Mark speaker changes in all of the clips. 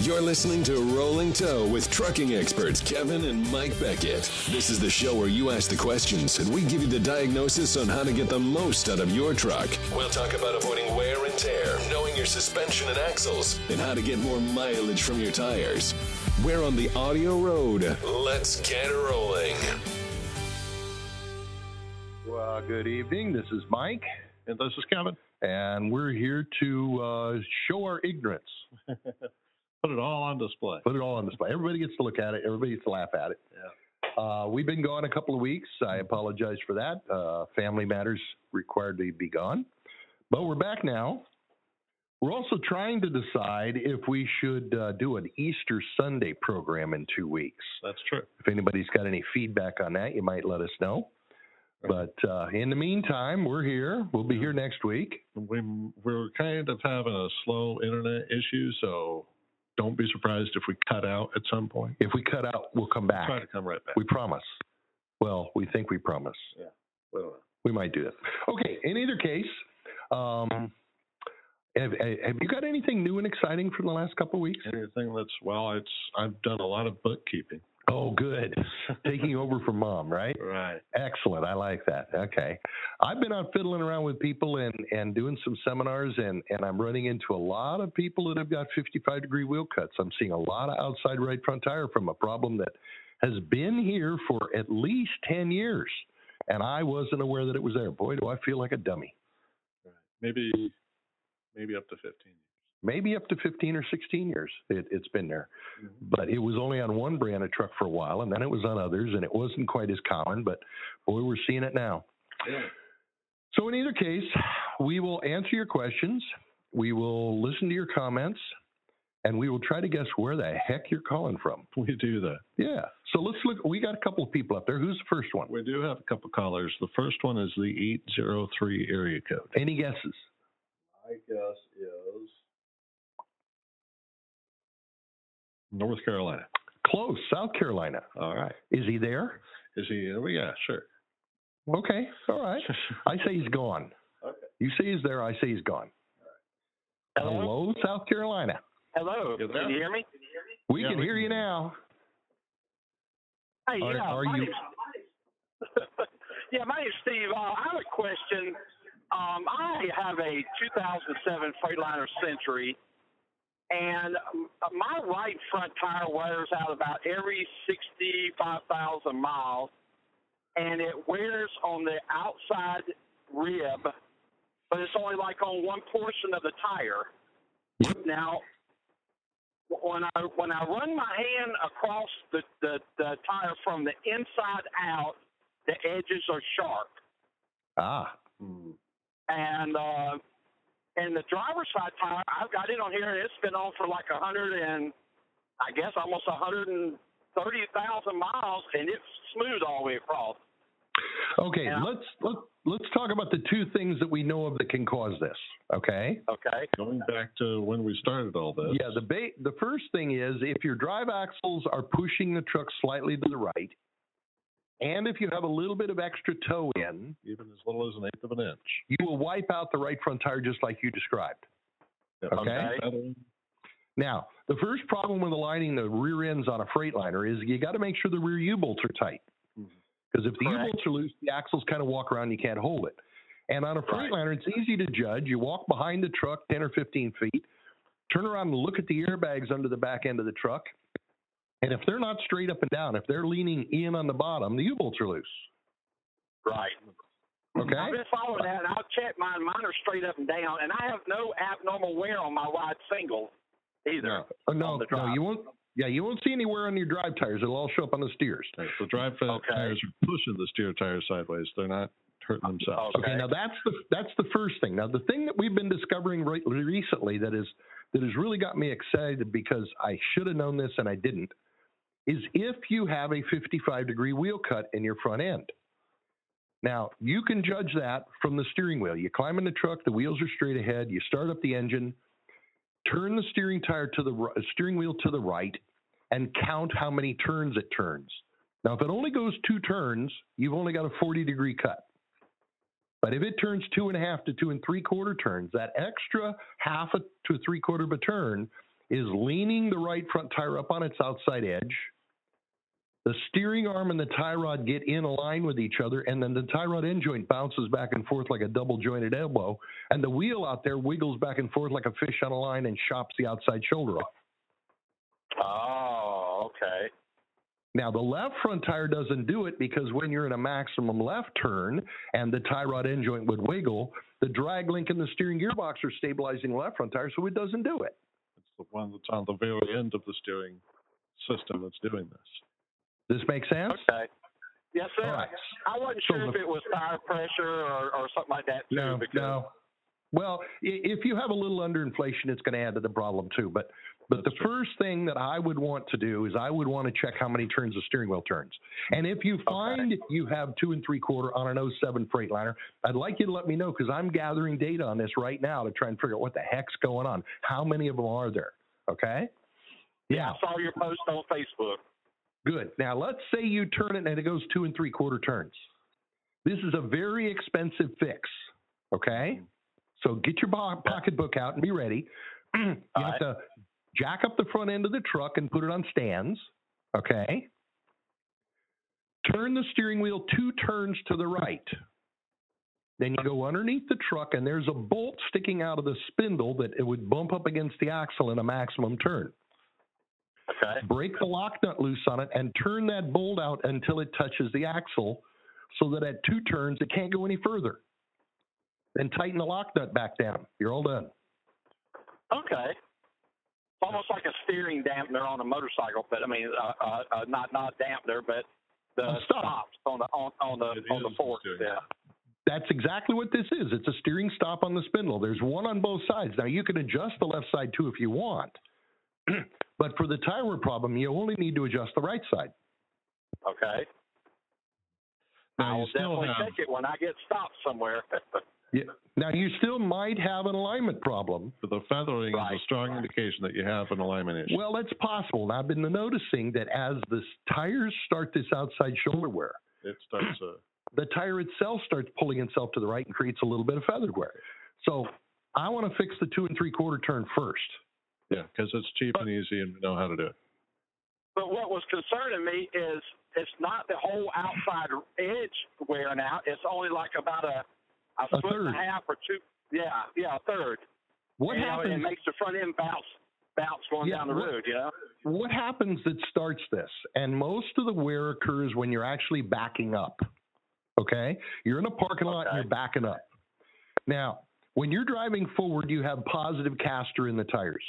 Speaker 1: You're listening to Rolling Toe with trucking experts Kevin and Mike Beckett. This is the show where you ask the questions and we give you the diagnosis on how to get the most out of your truck. We'll talk about avoiding wear and tear, knowing your suspension and axles, and how to get more mileage from your tires. We're on the audio road. Let's get rolling.
Speaker 2: Well, good evening. This is Mike,
Speaker 3: And this is Kevin.
Speaker 2: and we're here to uh, show our ignorance,
Speaker 3: Put it all on display.
Speaker 2: put it all on display. Everybody gets to look at it, everybody gets to laugh at it. Uh, we've been gone a couple of weeks. I apologize for that. Uh, family matters required to be gone. But we're back now. We're also trying to decide if we should uh, do an Easter Sunday program in two weeks.
Speaker 3: That's true.
Speaker 2: If anybody's got any feedback on that, you might let us know. But uh, in the meantime, we're here. We'll be here next week.
Speaker 3: We we're kind of having a slow internet issue, so don't be surprised if we cut out at some point.
Speaker 2: If we cut out, we'll come back.
Speaker 3: Try to come right back.
Speaker 2: We promise. Well, we think we promise.
Speaker 3: We don't know.
Speaker 2: We might do that. Okay. In either case, um, have, have you got anything new and exciting from the last couple of weeks?
Speaker 3: Anything that's well, it's I've done a lot of bookkeeping.
Speaker 2: Oh, good. Taking over from mom, right?
Speaker 3: Right.
Speaker 2: Excellent. I like that. Okay. I've been out fiddling around with people and, and doing some seminars, and, and I'm running into a lot of people that have got 55 degree wheel cuts. I'm seeing a lot of outside right front tire from a problem that has been here for at least 10 years. And I wasn't aware that it was there. Boy, do I feel like a dummy.
Speaker 3: Maybe maybe up to fifteen.
Speaker 2: Maybe up to 15 or 16 years it, it's been there. But it was only on one brand of truck for a while, and then it was on others, and it wasn't quite as common. But boy, we're seeing it now.
Speaker 3: Yeah.
Speaker 2: So, in either case, we will answer your questions, we will listen to your comments, and we will try to guess where the heck you're calling from.
Speaker 3: We do that.
Speaker 2: Yeah. So let's look. We got a couple of people up there. Who's the first one?
Speaker 3: We do have a couple callers. The first one is the eight zero three area code.
Speaker 2: Any guesses?
Speaker 3: I guess is North Carolina.
Speaker 2: Close. South Carolina.
Speaker 3: All right.
Speaker 2: Is he there?
Speaker 3: Is he? Oh, yeah, sure.
Speaker 2: Okay. All right. I say he's gone.
Speaker 3: Okay.
Speaker 2: You say he's there. I say he's gone.
Speaker 4: Hello?
Speaker 2: Hello, South Carolina.
Speaker 4: Hello.
Speaker 3: You're
Speaker 4: Can
Speaker 3: there?
Speaker 4: you hear me?
Speaker 2: We
Speaker 3: Yeah,
Speaker 2: can
Speaker 3: we
Speaker 2: hear
Speaker 3: can hear
Speaker 2: you
Speaker 3: you.
Speaker 2: now.
Speaker 4: Hey,
Speaker 2: Are-
Speaker 4: yeah.
Speaker 2: are
Speaker 4: my
Speaker 2: you-
Speaker 4: name's- yeah, my name's Steve. Uh, I have a question. Um, I have a 2007 Freightliner Century, and um, my right front tire wears out about every 65,000 miles, and it wears on the outside rib, but it's only like on one portion of the tire. Now, when I when I run my hand across the, the, the tire from the inside out, the edges are sharp,
Speaker 2: Ah,
Speaker 4: and uh, and the driver's side tire, I've got it on here, and it's been on for like a hundred and I guess almost a hundred and thirty thousand miles, and it's smooth all the way across.
Speaker 2: okay.
Speaker 4: Yeah.
Speaker 2: Let's let let's talk about the two things that we know of that can cause this. Okay.
Speaker 4: Okay.
Speaker 3: Going back to when we started all this.
Speaker 2: Yeah, the ba- the first thing is if your drive axles are pushing the truck slightly to the right, and if you have a little bit of extra toe in,
Speaker 3: even as little as an eighth of an inch.
Speaker 2: you will wipe out the right front tire just like you described. Okay.
Speaker 3: Okay.
Speaker 2: Now, the first problem with aligning the rear ends on a Freightliner is you got to make sure the rear U bolts are tight.
Speaker 3: Mhm.
Speaker 2: Because if the U
Speaker 4: Correct.
Speaker 2: bolts are loose, the axles kind of walk around, you can't hold it. And on a
Speaker 4: Right.
Speaker 2: Freightliner, it's easy to judge. You walk behind the truck 10 or 15 feet, turn around and look at the airbags under the back end of the truck. And if they're not straight up and down, if they're leaning in on the bottom, the U bolts are loose.
Speaker 4: Right. I've
Speaker 2: Okay?
Speaker 4: been following that, and I'll check mine. Mine are straight up and down, and I have no abnormal wear on my wide single either.
Speaker 2: Oh, no,
Speaker 4: On the
Speaker 2: no,
Speaker 4: drive.
Speaker 2: you won't. Yeah, you won't see any wear on your drive tires. It'll all show up on the steers.
Speaker 3: Okay, The drive fa-
Speaker 4: Okay.
Speaker 3: tires are pushing the steer tires sideways. They're not hurting themselves.
Speaker 2: Okay.
Speaker 4: Okay.
Speaker 2: now that's the that's the first thing. Now the thing that we've been discovering right recently that is that has really got me excited because I should have known this and I didn't is if you have a 55 degree wheel cut in your front end. Now you can judge that from the steering wheel. You climb in the truck, the wheels are straight ahead. You start up the engine, turn the steering tire to the ri- steering wheel to the right, and count how many turns it turns. Now if it only goes two turns, you've only got a 40 degree cut. But if it turns two and a half to two and three quarter turns, that extra half a, to three quarter of a turn is leaning the right front tire up on its outside edge. The steering arm and the tie rod get in line with each other, and then the tie rod end joint bounces back and forth like a double jointed elbow, and the wheel out there wiggles back and forth like a fish on a line and chops the outside shoulder off.
Speaker 4: Oh, okay.
Speaker 2: Now, the left front tire doesn't do it because when you're in a maximum left turn and the tie rod end joint would wiggle, the drag link and the steering gearbox are stabilizing the left front tire, so it doesn't do it.
Speaker 3: It's the one that's on the very end of the steering system that's doing this.
Speaker 2: This makes sense?
Speaker 4: Okay. Yes, sir.
Speaker 2: All right.
Speaker 4: I wasn't
Speaker 2: So
Speaker 4: sure if
Speaker 2: the-
Speaker 4: it was tire pressure or, or something like that. Too,
Speaker 2: No,
Speaker 4: because,
Speaker 2: no. Well, i- if you have a little underinflation, it's going to add to the problem too. But but the
Speaker 3: That's true.
Speaker 2: first thing that I would want to do is I would want to check how many turns the steering wheel turns. And if you find you have two and three quarter on an 07 Freightliner, I'd like you to let me know because I'm gathering data on this right now to try and figure out what the heck's going on. How many of them are there? Okay.
Speaker 4: Yeah, I saw your post on Facebook.
Speaker 2: Good. Now let's say you turn it and it goes two and three quarter turns. This is a very expensive fix. Okay. So get your bo- pocketbook out and be ready. you
Speaker 4: All
Speaker 2: have
Speaker 4: right.
Speaker 2: to jack up the front end of the truck and put it on stands. Okay. Turn the steering wheel two turns to the right. Then you go underneath the truck and there's a bolt sticking out of the spindle that it would bump up against the axle in a maximum turn
Speaker 4: Okay.
Speaker 2: break the lock nut loose on it and turn that bolt out until it touches the axle so that at two turns it can't go any further. Then tighten the lock nut back down. You're all done.
Speaker 4: Okay. It's almost like a steering dampener on a motorcycle, but I mean, uh, uh, uh, not not dampener, but the
Speaker 2: A stop.
Speaker 4: stops on the on, on the
Speaker 3: It
Speaker 4: on the
Speaker 3: is a
Speaker 4: fork.
Speaker 3: steering
Speaker 4: Yeah.
Speaker 2: That's exactly what this is. It's a steering stop on the spindle. There's one on both sides. Now you can adjust the left side too if you want. but for the tire problem, you only need to adjust the right side.
Speaker 4: Okay.
Speaker 3: Now, you
Speaker 4: I'll
Speaker 2: Oh,
Speaker 3: still
Speaker 4: definitely
Speaker 3: have
Speaker 4: check it when I get stopped somewhere.
Speaker 2: Now you still might have an alignment problem.
Speaker 3: for the feathering
Speaker 4: Right.
Speaker 3: is a strong indication that you have an alignment issue.
Speaker 2: Well, that's possible. And I've been noticing that as the s- tires start this outside shoulder wear,
Speaker 3: it starts uh,
Speaker 2: the tire itself starts pulling itself to the right and creates a little bit of feather wear. So I want to fix the two and three quarter turn first.
Speaker 3: yeah, because it's cheap and easy and we know how to do it.
Speaker 4: But what was concerning me is it's not the whole outside edge wearing out. It's only like about a a, foot
Speaker 2: third.
Speaker 4: and a half or two. Yeah, yeah, a third.
Speaker 2: What
Speaker 4: You know, and
Speaker 2: happens?
Speaker 4: it makes the front end bounce bounce going
Speaker 2: Yeah,
Speaker 4: down the
Speaker 2: what-
Speaker 4: road. Yeah.
Speaker 2: what happens that starts this? And most of the wear occurs when you're actually backing up. Okay, you're in a parking lot and
Speaker 4: Okay.
Speaker 2: you're backing up. Now, when you're driving forward, you have positive caster in the tires.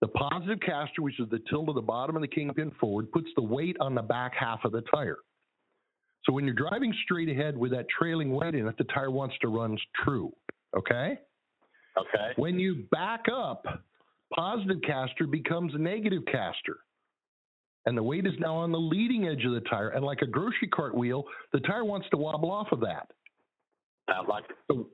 Speaker 2: The positive caster, which is the tilt of the bottom of the kingpin forward, puts the weight on the back half of the tire. So when you're driving straight ahead with that trailing weight in it, the tire wants to run true. Okay?
Speaker 4: Okay.
Speaker 2: When you back up, positive caster becomes negative caster. And the weight is now on the leading edge of the tire. And like a grocery cart wheel, the tire wants to wobble off of that.
Speaker 4: Sounds like
Speaker 2: So,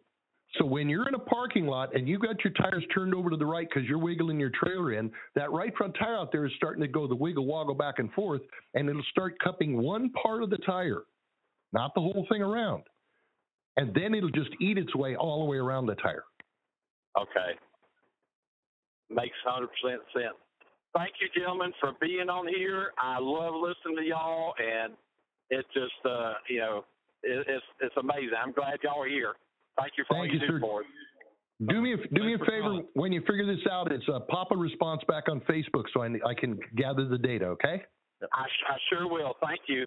Speaker 2: so when you're in a parking lot and you've got your tires turned over to the right because you're wiggling your trailer in, that right front tire out there is starting to go the wiggle woggle back and forth, and it'll start cupping one part of the tire, not the whole thing around. And then it'll just eat its way all the way around the tire.
Speaker 4: Okay. Makes 100% sense. Thank you, gentlemen, for being on here. I love listening to y'all, and it just, uh, you know, it, it's it's amazing. I'm glad y'all are here. Thank you for
Speaker 2: Thank
Speaker 4: all
Speaker 2: you,
Speaker 4: you, do
Speaker 2: sir.
Speaker 4: for us.
Speaker 2: Do me a, do me a
Speaker 3: Thanks for
Speaker 2: favor
Speaker 3: calling.
Speaker 2: when you figure this out. It's uh, pop a response back on Facebook so I, I can gather the data. Okay.
Speaker 4: I, sh- I sure will. Thank you.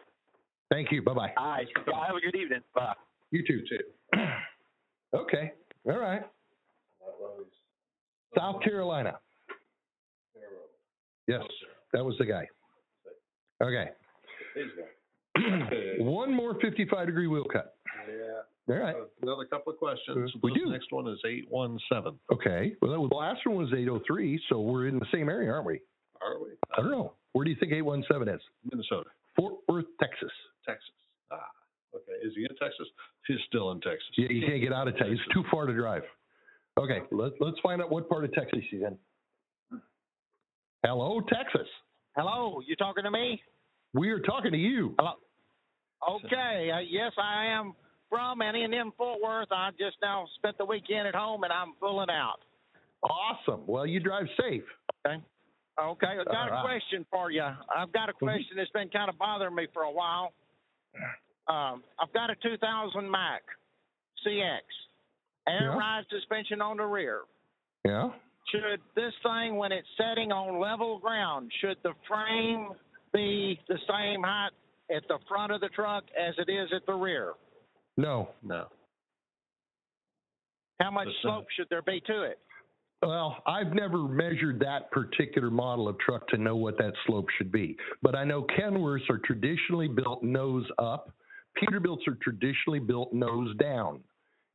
Speaker 2: Thank you. Bye bye.
Speaker 4: All right. Y'all have a good evening. Bye.
Speaker 2: You too. Too. okay. All right. South Carolina. Yes, that was the guy. Okay. One more 55 degree wheel cut.
Speaker 3: Yeah.
Speaker 2: All right.
Speaker 3: Another couple of questions.
Speaker 2: We
Speaker 3: This
Speaker 2: do.
Speaker 3: Next one is 817.
Speaker 2: Okay. Well, that was, the last one was 803, so we're in the same area, aren't we?
Speaker 3: Are we?
Speaker 2: I don't know. Where do you think 817 is?
Speaker 3: Minnesota,
Speaker 2: Fort Worth, Texas.
Speaker 3: Texas. Ah, okay. Is he in Texas? He's still in Texas.
Speaker 2: Yeah, you can't get out of Texas. It's too far to drive. Okay, let, let's find out what part of Texas she's in. Hello, Texas.
Speaker 5: Hello, you talking to me?
Speaker 2: We are talking to you.
Speaker 5: Hello. Okay, uh, yes, I am from and in M. Fort Worth. I just now spent the weekend at home, and I'm pulling out.
Speaker 2: Awesome. Well, you drive safe.
Speaker 5: Okay, I got
Speaker 2: All
Speaker 5: a
Speaker 2: right. Mm-hmm.
Speaker 5: question for you. I've got a question that's been kind of bothering me for a while. Um, I've got a 2000 Mac CX, air
Speaker 2: Yeah.
Speaker 5: ride suspension on the rear.
Speaker 2: Yeah.
Speaker 5: Should this thing, when it's setting on level ground, should the frame be the same height at the front of the truck as it is at the rear?
Speaker 2: No.
Speaker 3: No.
Speaker 5: How much
Speaker 3: It's not.
Speaker 5: slope should there be to it?
Speaker 2: Well, I've never measured that particular model of truck to know what that slope should be. But I know Kenworths are traditionally built nose up. Peterbilts are traditionally built nose down.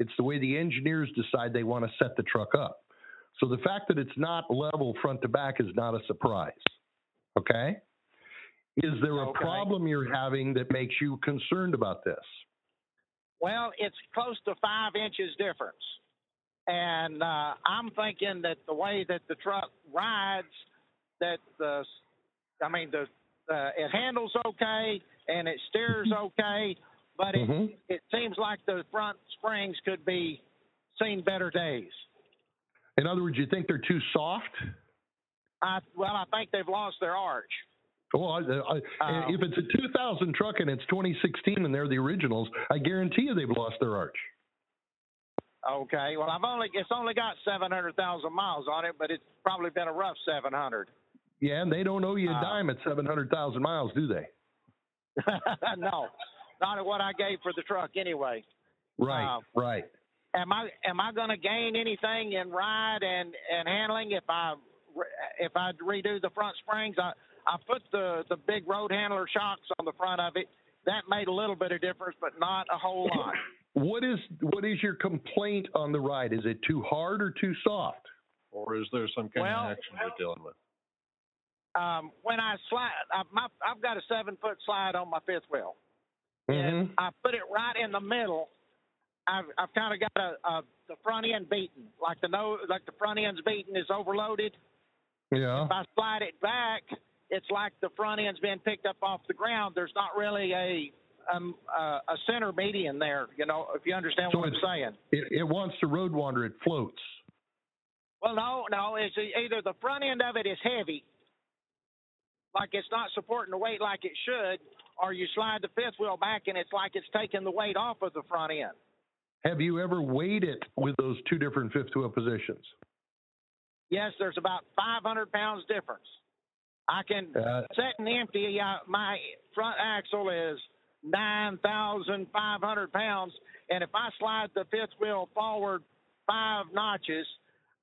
Speaker 2: It's the way the engineers decide they want to set the truck up. So the fact that it's not level front to back is not a surprise. Okay? Is there a
Speaker 5: Okay.
Speaker 2: problem you're having that makes you concerned about this?
Speaker 5: Well, it's close to five inches difference. And uh, I'm thinking that the way that the truck rides, that the, I mean, the, uh, it handles okay and it steers okay, but it,
Speaker 2: Mhm.
Speaker 5: it seems like the front springs could be seen better days.
Speaker 2: In other words, you think they're too soft?
Speaker 5: I, well, I think they've lost their arch.
Speaker 2: Well, I, I,
Speaker 5: Um,
Speaker 2: if it's a 2000 truck and it's 2016 and they're the originals, I guarantee you they've lost their arch.
Speaker 5: Okay, well, I've only it's only got seven hundred thousand miles on it, but it's probably been a rough seven hundred.
Speaker 2: Yeah, and they don't owe you a
Speaker 5: Ah.
Speaker 2: dime at 700,000 miles, do they?
Speaker 5: no, not at what I gave for the truck anyway.
Speaker 2: Right,
Speaker 5: Ah.
Speaker 2: right.
Speaker 5: Am I am I going to gain anything in ride and and handling if I re- if I redo the front springs? I I put the the big road handler shocks on the front of it. That made a little bit of difference, but not a whole lot.
Speaker 2: What is what is your complaint on the ride? Is it too hard or too soft?
Speaker 3: Or is there some kind
Speaker 5: Well-
Speaker 3: of action you're dealing with?
Speaker 5: Um, when I slide, I, my, I've got a seven foot slide on my fifth wheel. and
Speaker 2: Mhm.
Speaker 5: I put it right in the middle. I've I've kind of got a, a the front end beaten, like the no, like the front end's beaten is overloaded.
Speaker 2: Yeah.
Speaker 5: If I slide it back, it's like the front end's been picked up off the ground. There's not really a um, uh, a center median there, you know, if you understand
Speaker 2: So
Speaker 5: what I'm
Speaker 2: it's-
Speaker 5: saying.
Speaker 2: It, it wants to road wander. It floats.
Speaker 5: Well, no, no, it's e- either the front end of it is heavy, like it's not supporting the weight like it should, or you slide the fifth wheel back and it's like it's taking the weight off of the front end.
Speaker 2: Have you ever weighed it with those two different fifth wheel positions?
Speaker 5: Yes, there's about 500 pounds difference. I can
Speaker 2: Uh,
Speaker 5: set and empty. Uh, my front axle is 9,500 pounds, and if I slide the fifth wheel forward five notches,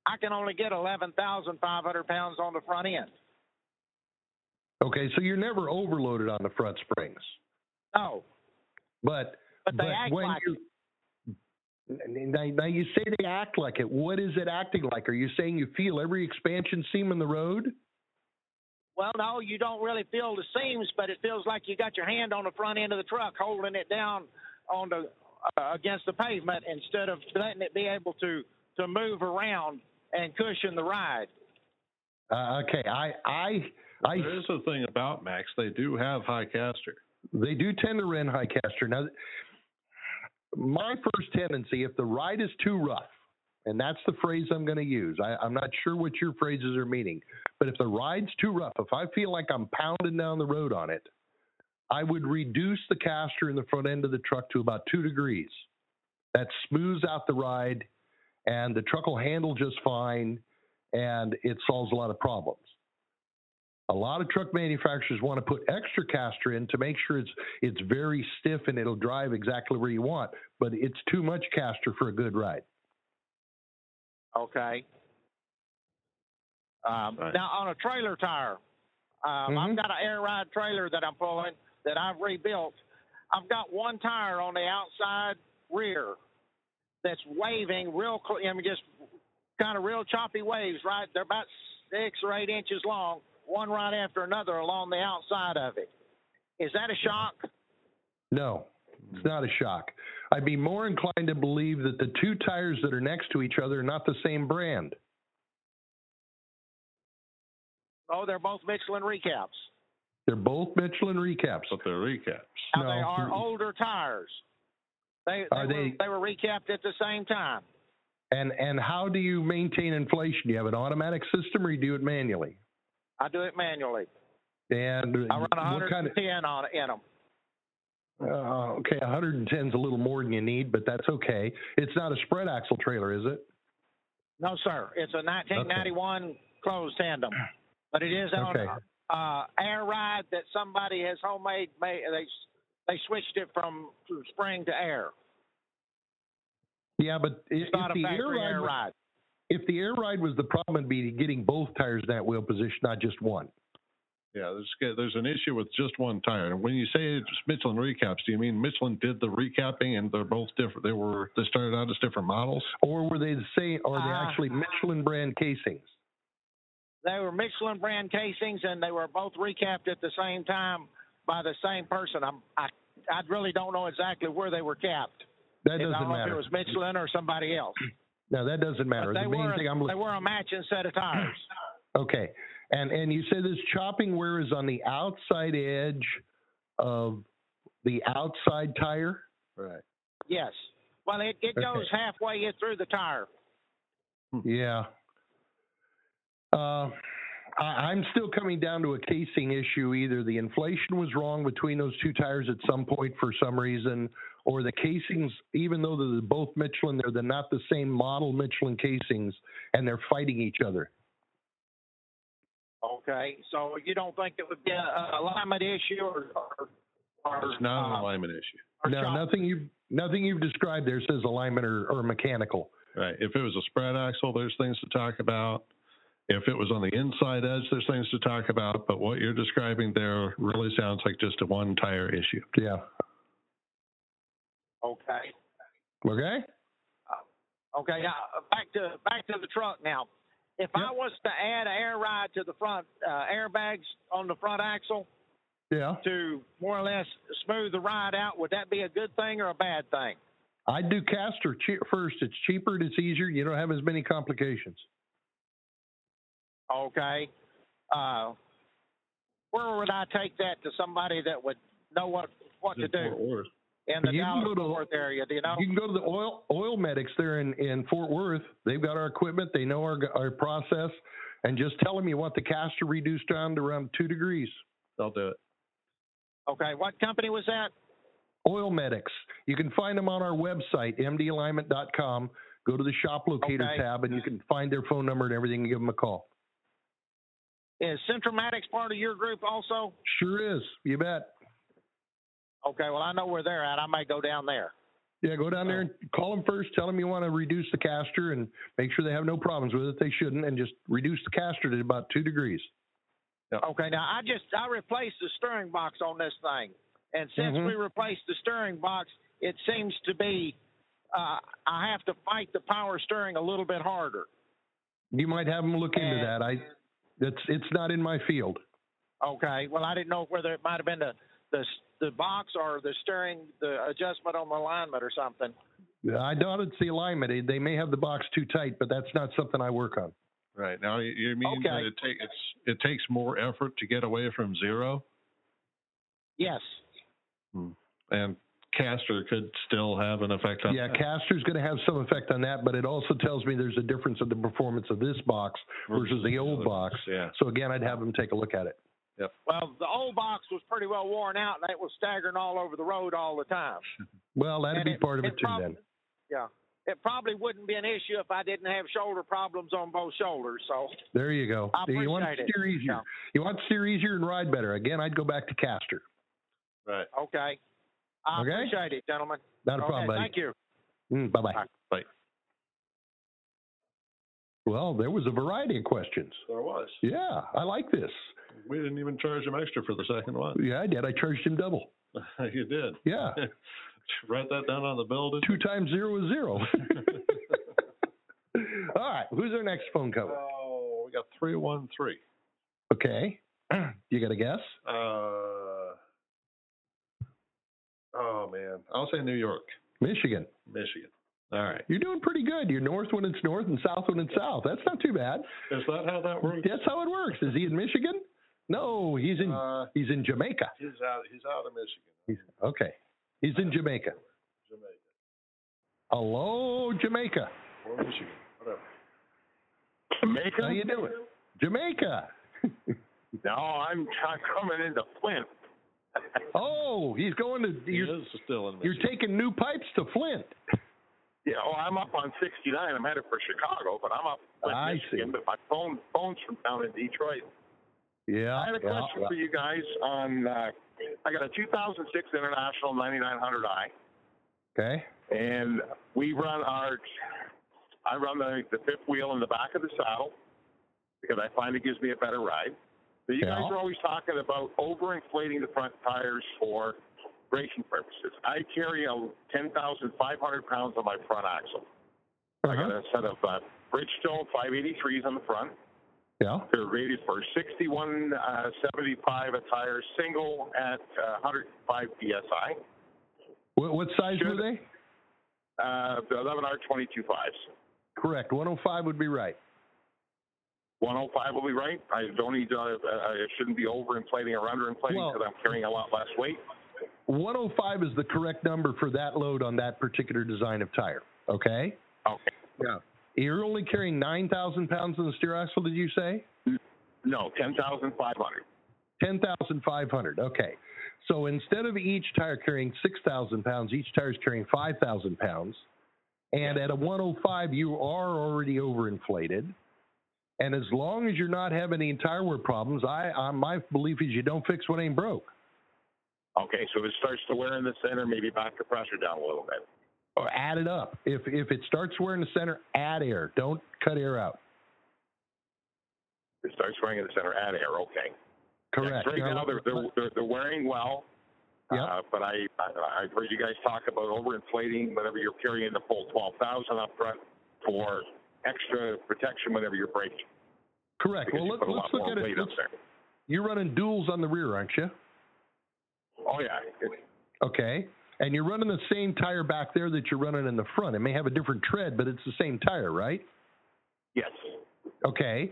Speaker 5: I can only get 11,500 pounds on the front end.
Speaker 2: okay, so you're never overloaded on the front springs,
Speaker 5: No,
Speaker 2: but
Speaker 5: but they act
Speaker 2: when
Speaker 5: like
Speaker 2: you,
Speaker 5: it.
Speaker 2: now, now you say they act like it. What is it acting like? Are you saying you feel every expansion seam in the road?
Speaker 5: Well, no, you don't really feel the seams, but it feels like you got your hand on the front end of the truck, holding it down on the uh, against the pavement instead of letting it be able to to move around and cushion the ride.
Speaker 2: Uh, okay, I, I, I,
Speaker 3: There is a thing about Max. They do have high caster.
Speaker 2: they do tend to rent high caster. Now, my first tendency, if the ride is too rough, and that's the phrase I'm going to use. I, I'm not sure what your phrases are meaning, but if the ride's too rough, if I feel like I'm pounding down the road on it, I would reduce the caster in the front end of the truck to about two degrees. That smooths out the ride, and the truck will handle just fine, and it solves a lot of problems. A lot of truck manufacturers want to put extra caster in to make sure it's it's very stiff and it'll drive exactly where you want, but it's too much caster for a good ride.
Speaker 5: Okay. Um,
Speaker 3: Right.
Speaker 5: Now on a trailer tire, um, I've
Speaker 2: Mhm.
Speaker 5: got an air ride trailer that I'm pulling that I've rebuilt. I've got one tire on the outside rear that's waving real, cl- I mean, just kind of real choppy waves. Right, they're about six or eight inches long, one right after another along the outside of it. Is that a shock?
Speaker 2: No, it's
Speaker 3: Hmm.
Speaker 2: not a shock. I'd be more inclined to believe that the two tires that are next to each other are not the same brand.
Speaker 5: Oh, they're both Michelin recaps.
Speaker 2: They're both Michelin recaps.
Speaker 3: But they're recaps.
Speaker 5: Now
Speaker 2: No.
Speaker 5: they are older tires. They they,
Speaker 2: Oh. Are
Speaker 5: were,
Speaker 2: they-
Speaker 5: they were recapped at the same time.
Speaker 2: And and how do you maintain inflation? Do you have an automatic system or you do it manually?
Speaker 5: I do it manually.
Speaker 2: And
Speaker 5: I run
Speaker 2: what kind of
Speaker 5: 110 on in them.
Speaker 2: uh, okay, 110 is a little more than you need, but that's okay. It's not a spread axle trailer, is it?
Speaker 5: No, sir. It's a 1991 closed tandem, but it is on
Speaker 2: Okay.
Speaker 5: uh, air ride that somebody has homemade. Made, they they switched it from from spring to air.
Speaker 2: Yeah, but i-
Speaker 5: It's not
Speaker 2: if
Speaker 5: a
Speaker 2: the air
Speaker 5: factory
Speaker 2: ride,
Speaker 5: air ride.
Speaker 2: if the air ride was the problem, it'd be getting both tires in that wheel position, not just one.
Speaker 3: Yeah, there's there's an issue with just one tire. And when you say it's Michelin recaps, do you mean Michelin did the recapping and they're both different? They were they started out as different models.
Speaker 2: Or were they the same? Are they
Speaker 5: Ah.
Speaker 2: actually Michelin brand casings?
Speaker 5: They were Michelin brand casings, and they were both recapped at the same time by the same person. I'm, I I really don't know exactly where they were capped.
Speaker 2: That
Speaker 5: I
Speaker 2: doesn't
Speaker 5: don't know if it
Speaker 2: matter.
Speaker 5: was Michelin or somebody else.
Speaker 2: No, that doesn't
Speaker 5: But
Speaker 2: matter.
Speaker 5: they
Speaker 2: The
Speaker 5: were
Speaker 2: main
Speaker 5: a-
Speaker 2: thing I'm looking.
Speaker 5: they were a matching set of tires.
Speaker 2: Okay. And and you say this chopping wear is on the outside edge of the outside tire?
Speaker 3: Right.
Speaker 5: yes. Well, it, it
Speaker 2: Okay.
Speaker 5: goes halfway in through the tire.
Speaker 2: Yeah. Uh, I, I'm still coming down to a casing issue. Either the inflation was wrong between those two tires at some point for some reason, or the casings, even though they're both Michelin, they're, they're not the same model Michelin casings, and they're fighting each other.
Speaker 5: Okay, so you don't think it would be a, a alignment issue or, or, or
Speaker 3: It's not an
Speaker 5: uh,
Speaker 3: alignment issue.
Speaker 5: or
Speaker 2: Um, No,
Speaker 5: shop-
Speaker 2: nothing you nothing you've described there says alignment or, or mechanical.
Speaker 3: Right. If it was a spread axle, there's things to talk about. If it was on the inside edge, there's things to talk about. But what you're describing there really sounds like just a one tire issue.
Speaker 2: Yeah.
Speaker 5: Okay,
Speaker 2: Okay.
Speaker 5: okay. Now back to back to the truck now. If I was to add air ride to the front uh, airbags on the front axle
Speaker 2: Yeah.
Speaker 5: to more or less smooth the ride out, would that be a good thing or a bad thing?
Speaker 2: I'd do caster che- first. It's cheaper. It's easier. You don't have as many complications.
Speaker 5: Okay. Uh, where would I take that to somebody that would know what what to
Speaker 3: It's Fort
Speaker 5: do
Speaker 3: Worth.
Speaker 5: in the
Speaker 2: You can go to-
Speaker 5: Dallas Fort Worth area? Do you know?
Speaker 2: You can go to the oil oil medics there in, in Fort Worth. They've got our equipment. They know our our process, and just tell them you want the caster reduced down to around two degrees.
Speaker 3: They'll do it.
Speaker 5: Okay, what company was that?
Speaker 2: Oil medics. You can find them on our website mdalignment.com. Go to the shop locator
Speaker 5: Okay.
Speaker 2: tab, and you can find their phone number and everything. And give them a call.
Speaker 5: Is Centromatics part of your group also?
Speaker 2: Sure is. You bet.
Speaker 5: Okay, well, I know where they're at. I may go down there.
Speaker 2: Yeah, go down there and call them first. Tell them you want to reduce the caster and make sure they have no problems with it. They shouldn't, and just reduce the caster to about two degrees.
Speaker 5: Okay, now I just I replaced the steering box on this thing, and since
Speaker 2: Mhm.
Speaker 5: we replaced the steering box, it seems to be uh, I have to fight the power steering a little bit harder.
Speaker 2: You might have them look into
Speaker 5: And-
Speaker 2: that. I, that's it's not in my field.
Speaker 5: Okay, well, I didn't know whether it might have been the the s- the box or the steering the adjustment on the alignment or something.
Speaker 2: I doubt it's the alignment. They- They may have the box too tight, but that's not something I work on.
Speaker 3: Right. Now you, you mean that
Speaker 5: Okay.
Speaker 3: it takes it takes more effort to get away from zero?
Speaker 5: Yes.
Speaker 3: and caster could still have an effect on
Speaker 2: Yeah,
Speaker 3: that.
Speaker 2: caster's going to have some effect on that, but it also tells me there's a difference in the performance of this box versus the old
Speaker 3: other
Speaker 2: box.
Speaker 3: Yeah.
Speaker 2: So again, I'd have them take a look at it.
Speaker 5: Well, the old box was pretty well worn out, and it was staggering all over the road all the time.
Speaker 2: Well, that'd
Speaker 5: And
Speaker 2: be part of it, too.
Speaker 5: prob-
Speaker 2: then
Speaker 5: Yeah. It probably wouldn't be an issue if I didn't have shoulder problems on both shoulders. So,
Speaker 2: there you go.
Speaker 5: I
Speaker 2: you want to
Speaker 5: appreciate it.
Speaker 2: steer easier.
Speaker 5: Yeah.
Speaker 2: You want to steer easier and ride better. Again, I'd go back to caster.
Speaker 3: Right.
Speaker 5: okay. I
Speaker 2: Okay.
Speaker 5: appreciate it, gentlemen.
Speaker 2: Not a
Speaker 5: okay,
Speaker 2: problem, buddy.
Speaker 5: Thank you.
Speaker 2: Mm, bye bye.
Speaker 5: Bye.
Speaker 3: Bye.
Speaker 2: Well, there was a variety of questions.
Speaker 3: There was.
Speaker 2: Yeah, I like this.
Speaker 3: We didn't even charge him extra for the second one.
Speaker 2: Yeah, I did. I charged him double.
Speaker 3: you did.
Speaker 2: Yeah,
Speaker 3: Write that down on the bill. didn't
Speaker 2: two times zero is zero. All right, who's our next phone
Speaker 3: you?
Speaker 2: caller?
Speaker 3: Oh, we got three one three.
Speaker 2: Okay, you got a guess?
Speaker 3: Uh. Oh man, I'll say New York,
Speaker 2: Michigan.
Speaker 3: Michigan. All right.
Speaker 2: You're doing pretty good. You're north when it's north and south when it's south. That's not too bad.
Speaker 3: Is that how that works?
Speaker 2: That's how it works. Is he in Michigan? No, he's in
Speaker 3: Uh,
Speaker 2: he's in Jamaica.
Speaker 3: he's out. He's out of Michigan,
Speaker 2: He's,
Speaker 3: Uh.
Speaker 2: okay, he's in Jamaica.
Speaker 3: Jamaica.
Speaker 2: Hello, Jamaica.
Speaker 3: Where was you? Whatever.
Speaker 2: How
Speaker 6: Jamaica?
Speaker 2: you doing? Jamaica.
Speaker 6: No, I'm, I'm coming into Flint.
Speaker 2: Oh, he's going to.
Speaker 3: He
Speaker 2: You're,
Speaker 3: is still in
Speaker 2: you're
Speaker 3: Michigan.
Speaker 2: taking new pipes to Flint.
Speaker 6: Yeah, oh, I'm up on 69. I'm headed for Chicago, but I'm up in
Speaker 2: I
Speaker 6: Michigan.
Speaker 2: see.
Speaker 6: But my phone phone's from down in Detroit.
Speaker 2: Yeah.
Speaker 6: I had a
Speaker 2: yeah,
Speaker 6: question
Speaker 2: yeah.
Speaker 6: for you guys on. Uh, I got a 2006 International 9900i,
Speaker 2: Okay.
Speaker 6: and we run our. I run the, the fifth wheel in the back of the saddle because I find it gives me a better ride. So you guys
Speaker 2: Yeah.
Speaker 6: are always talking about overinflating the front tires for braking purposes. I carry a 10,500 pounds on my front axle. I got
Speaker 2: Uh-huh.
Speaker 6: a set of uh, Bridgestone 583s on the front.
Speaker 2: Yeah.
Speaker 6: They're rated for 61, uh, 75 a tire, single at uh, 105 psi.
Speaker 2: What, what size
Speaker 6: Should-
Speaker 2: were they?
Speaker 6: Uh, the 11R 22.5s.
Speaker 2: Correct. 105 would be right.
Speaker 6: 105 will be right. I don't need. Uh, uh, I shouldn't be overinflating or underinflating
Speaker 2: Well-
Speaker 6: because I'm carrying a lot less weight.
Speaker 2: 105 is the correct number for that load on that particular design of tire. Okay.
Speaker 6: Okay.
Speaker 2: Yeah. You're only carrying 9,000 pounds in the steer axle, did you say?
Speaker 6: No, 10,500.
Speaker 2: 10,500. Okay. So instead of each tire carrying 6,000 pounds, each tire is carrying 5,000 pounds. And at a 105, you are already overinflated. And as long as you're not having any tire wear problems, I, I my belief is you don't fix what ain't broke.
Speaker 6: Okay, so if it starts to wear in the center, maybe back the pressure down a little bit.
Speaker 2: Or add it up. If if it starts wearing the center, add air. Don't cut air out.
Speaker 6: If it starts wearing in the center, add air. Okay. Yeah, 'cause
Speaker 2: Correct.
Speaker 6: right now they're they're, they're they're wearing well.
Speaker 2: Yeah.
Speaker 6: Uh, but I, I I've heard you guys talk about overinflating whenever you're carrying the full twelve thousand up front for extra protection whenever you're braking.
Speaker 2: Correct.
Speaker 6: Because
Speaker 2: Well,
Speaker 6: you
Speaker 2: let,
Speaker 6: put a
Speaker 2: let's
Speaker 6: lot
Speaker 2: look
Speaker 6: more
Speaker 2: at it.
Speaker 6: weight up
Speaker 2: Let's-
Speaker 6: there.
Speaker 2: You're running duals on the rear, aren't you?
Speaker 6: Oh yeah. It-
Speaker 2: Okay. And you're running the same tire back there that you're running in the front. It may have a different tread, but it's the same tire, right?
Speaker 6: yes.
Speaker 2: Okay.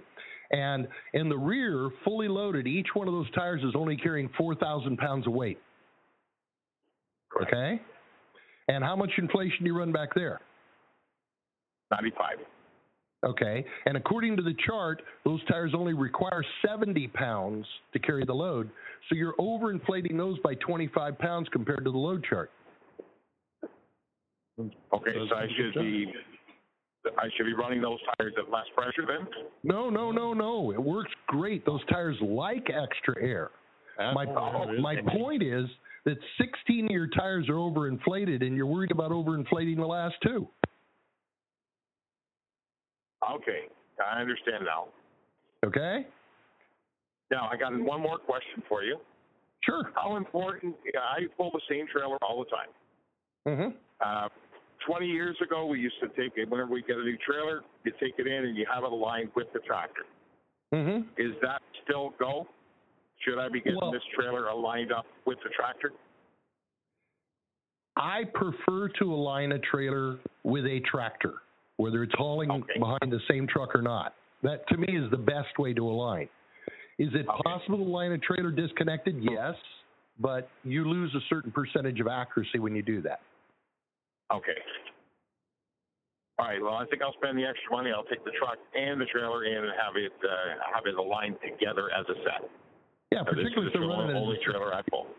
Speaker 2: And in the rear, fully loaded, each one of those tires is only carrying 4,000 pounds of weight.
Speaker 6: Correct.
Speaker 2: Okay. And how much inflation do you run back there?
Speaker 6: Ninety five.
Speaker 2: Okay. And according to the chart, those tires only require 70 pounds to carry the load. So you're overinflating those by 25 pounds compared to the load chart. Mm.
Speaker 6: Okay,
Speaker 3: Does
Speaker 6: so I
Speaker 3: pretty good
Speaker 6: should be I should be running those tires at less pressure then.
Speaker 2: No, no, no, no. It works great. Those tires like extra air.
Speaker 3: Add
Speaker 2: My,
Speaker 3: more air,
Speaker 2: my
Speaker 3: isn't it?
Speaker 2: point is that 16 of your tires are overinflated and you're worried about overinflating the last two.
Speaker 6: Okay, I understand now.
Speaker 2: Okay?
Speaker 6: Now I got one more question for you.
Speaker 2: Sure.
Speaker 6: How important? I pull the same trailer all the time.
Speaker 2: Mm-hmm.
Speaker 6: Uh, 20 years ago, we used to take it, whenever we get a new trailer, you take it in and you have it aligned with the tractor.
Speaker 2: Mm-hmm.
Speaker 6: Is that still go? Should I be getting
Speaker 2: Well-
Speaker 6: this trailer aligned up with the tractor?
Speaker 2: I prefer to align a trailer with a tractor, whether it's hauling
Speaker 6: Okay.
Speaker 2: behind the same truck or not. That to me is the best way to align. Is it
Speaker 6: Okay.
Speaker 2: possible to align a trailer disconnected? Yes, but you lose a certain percentage of accuracy when you do that.
Speaker 6: Okay. All right. Well, I think I'll spend the extra money. I'll take the truck and the trailer in and have it uh, have it aligned together as a set.
Speaker 2: Yeah,
Speaker 6: Uh, This
Speaker 2: particularly
Speaker 6: is
Speaker 2: if
Speaker 6: the
Speaker 2: they're running
Speaker 6: only
Speaker 2: it.
Speaker 6: trailer I pull.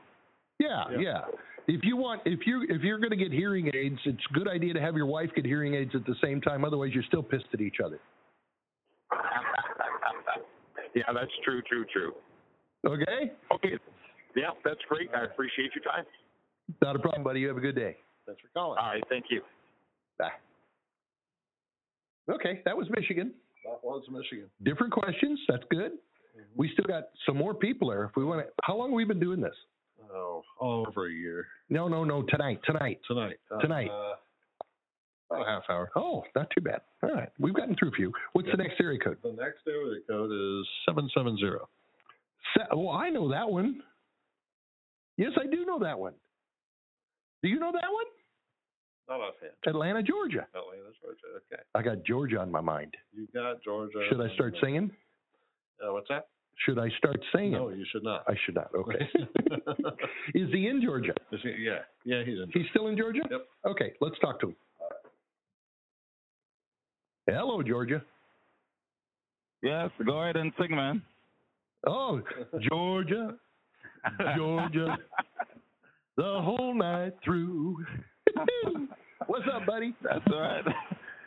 Speaker 2: Yeah, yeah, If you want, if you if you're going to get hearing aids, it's a good idea to have your wife get hearing aids at the same time. Otherwise, you're still pissed at each other.
Speaker 6: yeah, that's true, true, true.
Speaker 2: Okay,
Speaker 6: Okay. Yeah, that's great. I appreciate your time.
Speaker 2: not a problem, buddy. You have a good day.
Speaker 3: Thanks for calling.
Speaker 6: All right. Thank you.
Speaker 2: Bye. Okay, that was Michigan.
Speaker 3: That was Michigan.
Speaker 2: Different questions. That's good.
Speaker 3: Mm-hmm.
Speaker 2: We still got some more people there. If we want to, how long have we been doing this?
Speaker 3: Oh, all over a year.
Speaker 2: No, no, no. Tonight, tonight.
Speaker 3: Tonight. Uh,
Speaker 2: Tonight.
Speaker 3: Uh, about a half hour.
Speaker 2: Oh, not too bad. All right, we've gotten through a few. What's the
Speaker 3: Yeah.
Speaker 2: next area code?
Speaker 3: The next area code is 770.
Speaker 2: Se- well, oh, I know that one. Yes, I do know that one. Do you know that one?
Speaker 3: Not offhand.
Speaker 2: Atlanta, Georgia.
Speaker 3: Atlanta, Georgia. Okay.
Speaker 2: I got Georgia on my mind.
Speaker 3: You got Georgia.
Speaker 2: Should I start singing?
Speaker 3: Uh, what's that?
Speaker 2: Should I start singing?
Speaker 3: No, you should not.
Speaker 2: I should not. Okay. Is he in Georgia?
Speaker 3: Is he- yeah. Yeah, he's in.
Speaker 2: He's still in Georgia?
Speaker 3: Yep.
Speaker 2: Okay, let's talk to him. Hello, Georgia.
Speaker 7: Yes, go ahead and sing, man.
Speaker 2: Oh, Georgia, Georgia, the whole night through.
Speaker 7: Mm-hmm.
Speaker 2: What's up, buddy?
Speaker 7: That's all right.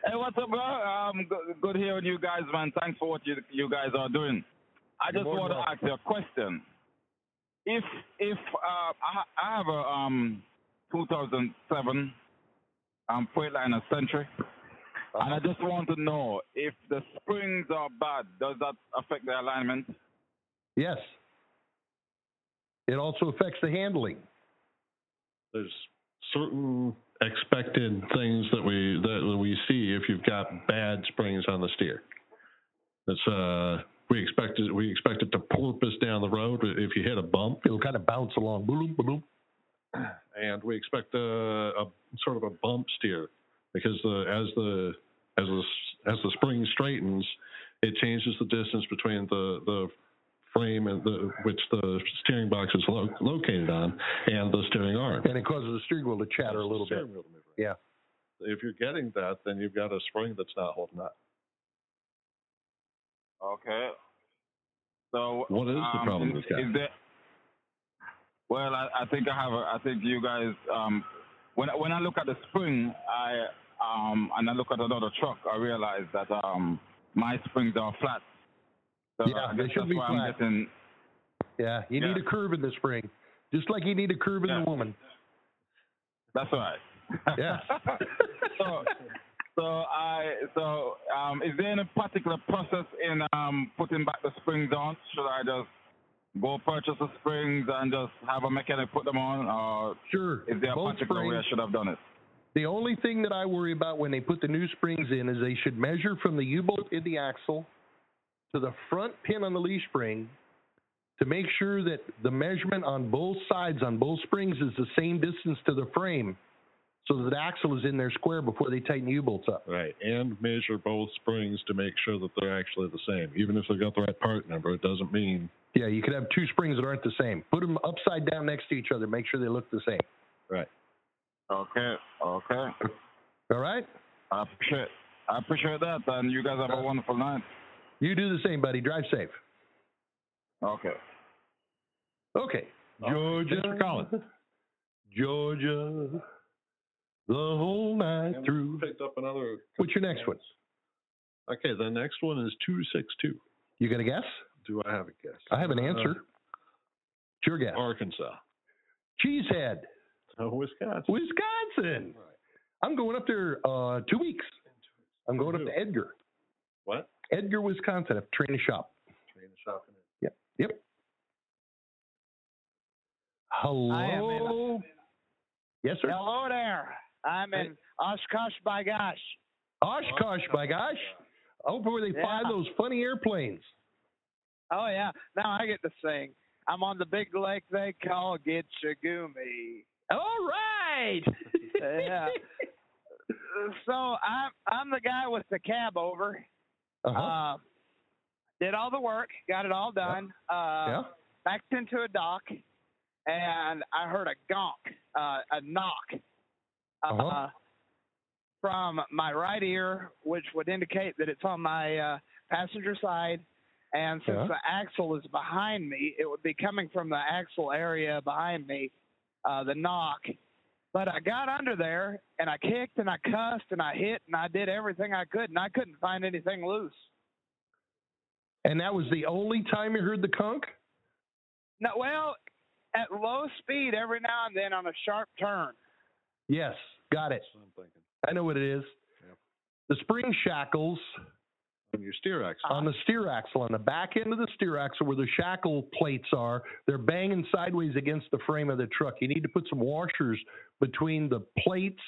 Speaker 7: Hey, what's up, bro? Um, good, good hearing you guys, man. Thanks for what you you guys are doing. I just want to ask you a question. If if uh, I, I have a um 2007 um Freightliner Century, and I just want to know if the springs are bad, does that affect the alignment?
Speaker 2: Yes. It also affects the handling.
Speaker 3: there's certain expected things that we that we see if you've got bad springs on the steer. It's uh we expect it, we expect it to porpoise down the road if you hit a bump,
Speaker 2: It'll kind of bounce along. Boom, boom.
Speaker 3: and we expect a, a sort of a bump steer because the as the as the as the spring straightens, it changes the distance between the the frame and the which the steering box is lo- located on and the steering arm.
Speaker 2: And it causes the steering wheel to chatter
Speaker 3: Causes
Speaker 2: a
Speaker 3: the
Speaker 2: little bit.
Speaker 3: steering wheel to move around.
Speaker 2: Yeah.
Speaker 3: If you're getting that, then you've got a spring that's not holding up.
Speaker 7: Okay. So
Speaker 3: What is the
Speaker 7: um,
Speaker 3: problem
Speaker 7: is-
Speaker 3: with that?
Speaker 7: is there- well, I, I think I have. A, I think you guys. Um, when I- when I look at the spring, I um, and I look at another truck, I realize that um, my springs are flat. So
Speaker 2: Yeah,
Speaker 7: I
Speaker 2: they
Speaker 7: guess
Speaker 2: should
Speaker 7: that's
Speaker 2: be
Speaker 7: why I'm
Speaker 2: flat.
Speaker 7: getting.
Speaker 2: Yeah. You need
Speaker 7: Yeah.
Speaker 2: a curve in the spring, just like you need a curve in
Speaker 7: Yeah.
Speaker 2: the woman.
Speaker 7: That's right.
Speaker 2: Yeah.
Speaker 7: so so I so um, is there any particular process in um, putting back the springs on? Should I just go purchase the springs and just have a mechanic put them on, or
Speaker 2: Sure.
Speaker 7: is there a
Speaker 2: Both
Speaker 7: particular way I
Speaker 2: springs.
Speaker 7: should have done it?
Speaker 2: The only thing that I worry about when they put the new springs in is they should measure from the U-bolt in the axle to the front pin on the leaf spring to make sure that the measurement on both sides on both springs is the same distance to the frame so that the axle is in there square before they tighten U-bolts up.
Speaker 3: Right. And measure both springs to make sure that they're actually the same. Even if they've got the right part number, it doesn't mean
Speaker 2: Yeah, you could have two springs that aren't the same. Put them upside down next to each other, make sure they look the same.
Speaker 7: Okay, okay.
Speaker 2: All right?
Speaker 7: I appreciate I appreciate that, and you guys have a wonderful night.
Speaker 2: You do the same, buddy. Drive safe.
Speaker 7: Okay.
Speaker 2: Okay. Georgia.
Speaker 3: thanks for calling.
Speaker 2: Georgia. The whole night
Speaker 3: And we
Speaker 2: through.
Speaker 3: picked up another.
Speaker 2: What's your next one?
Speaker 3: Okay, the next one is 262.
Speaker 2: You got a guess?
Speaker 3: Do I have a guess?
Speaker 2: I have an answer. It's your guess.
Speaker 3: Uh, Arkansas.
Speaker 2: Cheesehead,
Speaker 3: Uh, Wisconsin.
Speaker 2: Wisconsin. I'm going up there uh, two weeks. I'm going up to Edgar,
Speaker 3: What?
Speaker 2: Edgar, Wisconsin. I have to train a shop.
Speaker 3: Train of shopping.
Speaker 8: I am in-
Speaker 2: Hello. Yes, sir.
Speaker 8: Hello there. I'm in Oshkosh by gosh.
Speaker 2: Oshkosh, by gosh. Over where they fly
Speaker 8: Yeah.
Speaker 2: those funny airplanes.
Speaker 8: Oh yeah. Now I get to sing. I'm on the big lake they call Gitchagumi.
Speaker 2: All right.
Speaker 8: Yeah. so I'm I'm the guy with the cab over.
Speaker 2: Uh-huh.
Speaker 8: Um, did all the work, got it all done. Uh,
Speaker 2: yeah.
Speaker 8: Backed into a dock, and I heard a gonk, uh, a knock, uh,
Speaker 2: Uh-huh.
Speaker 8: from my right ear, which would indicate that it's on my uh, passenger side. And since
Speaker 2: Yeah.
Speaker 8: the axle is behind me, it would be coming from the axle area behind me, uh, the knock. But I got under there and I kicked and I cussed and I hit and I did everything I could and I couldn't find anything loose.
Speaker 2: And that was the only time you heard the conch?
Speaker 8: No, well, at low speed every now and then on a sharp turn.
Speaker 2: Yes. Got it.
Speaker 3: That's what I'm thinking.
Speaker 2: I know what it is.
Speaker 3: Yeah.
Speaker 2: The spring shackles
Speaker 3: On your steer axle.
Speaker 2: on the steer axle, on the back end of the steer axle where the shackle plates are, they're banging sideways against the frame of the truck. You need to put some washers between the plates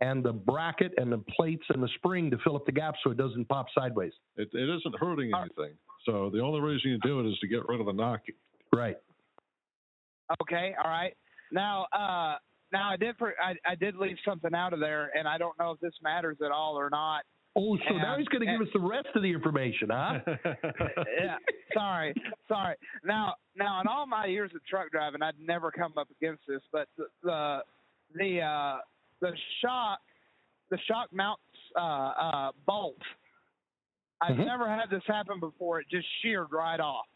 Speaker 2: and the bracket and the plates and the spring to fill up the gap so it doesn't pop sideways.
Speaker 3: It, it isn't hurting
Speaker 8: Uh,
Speaker 3: anything. So the only reason you do it is to get rid of the knock.
Speaker 2: Right.
Speaker 8: Okay, all right. Now, uh, now I did for, I, I did leave something out of there, and I don't know if this matters at all or not.
Speaker 2: Oh, so now
Speaker 8: And-
Speaker 2: he's going to give
Speaker 8: and-
Speaker 2: us the rest of the information, huh?
Speaker 8: yeah, sorry, sorry. Now, now in all my years of truck driving, I'd never come up against this, but the the the, uh, the shock the shock mounts uh, uh, bolt I've never had this happen before. It just sheared right off.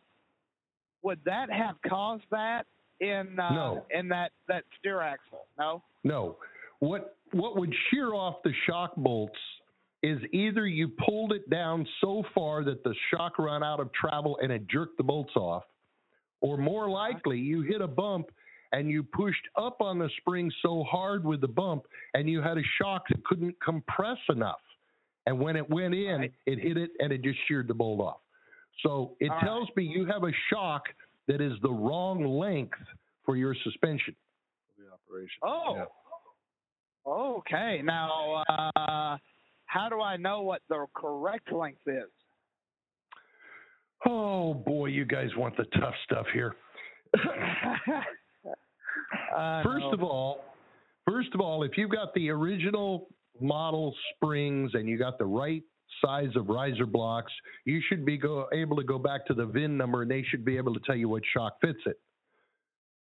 Speaker 8: Would that have caused that in uh,
Speaker 2: No.
Speaker 8: in that that steer axle? No.
Speaker 2: No. What what would shear off the shock bolts is either you pulled it down so far that the shock ran out of travel and it jerked the bolts off, or more likely you hit a bump and you pushed up on the spring so hard with the bump and you had a shock that couldn't compress enough. And when it went in,
Speaker 8: Right.
Speaker 2: it hit it and it just sheared the bolt off. So it
Speaker 8: All right.
Speaker 2: tells me you have a shock that is the wrong length for your suspension.
Speaker 3: The operation.
Speaker 8: Oh.
Speaker 3: Yeah.
Speaker 8: Okay. Now, uh, how do I know what the correct length is?
Speaker 2: Oh boy, you guys want the tough stuff here.
Speaker 8: Uh,
Speaker 2: First
Speaker 8: no.
Speaker 2: of all, first of all, if you've got the original model springs and you got the right size of riser blocks, you should be go, able to go back to the VIN number and they should be able to tell you what shock fits it.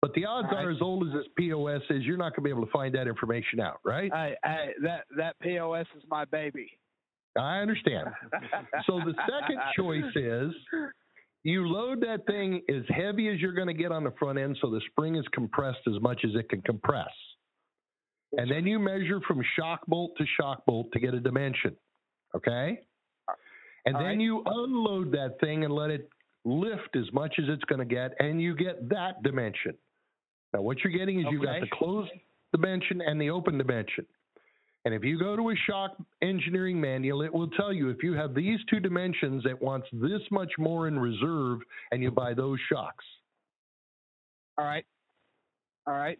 Speaker 2: But the odds
Speaker 8: All right.
Speaker 2: are as old as this POS is, you're not going to be able to find that information out, right?
Speaker 8: Hey, hey, that that POS is my baby.
Speaker 2: I understand. So the second choice is you load that thing as heavy as you're going to get on the front end so the spring is compressed as much as it can compress. And then you measure from shock bolt to shock bolt to get a dimension. Okay? And
Speaker 8: All
Speaker 2: then
Speaker 8: right.
Speaker 2: you unload that thing and let it lift as much as it's going to get, and you get that dimension. Now, what you're getting is you've got
Speaker 8: Okay.
Speaker 2: the closed dimension and the open dimension. And if you go to a shock engineering manual, it will tell you if you have these two dimensions, it wants this much more in reserve, and you buy those shocks.
Speaker 8: All right. All right.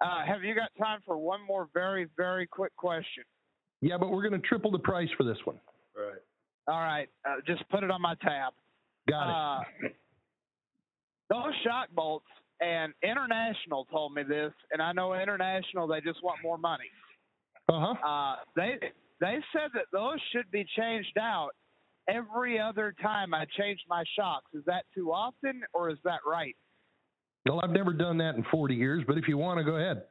Speaker 8: Uh, have you got time for one more very, very quick question?
Speaker 2: Yeah, but we're going to triple the price for this one.
Speaker 3: Right.
Speaker 8: All right. Uh, just put it on my tab.
Speaker 2: Got it.
Speaker 8: Uh, those shock bolts and International told me this, and I know International, they just want more money.
Speaker 2: Uh huh.
Speaker 8: Uh, they they said that those should be changed out every other time I change my shocks. Is that too often, or is that right?
Speaker 2: Well, I've never done that in 40 years, but if you want to, go ahead.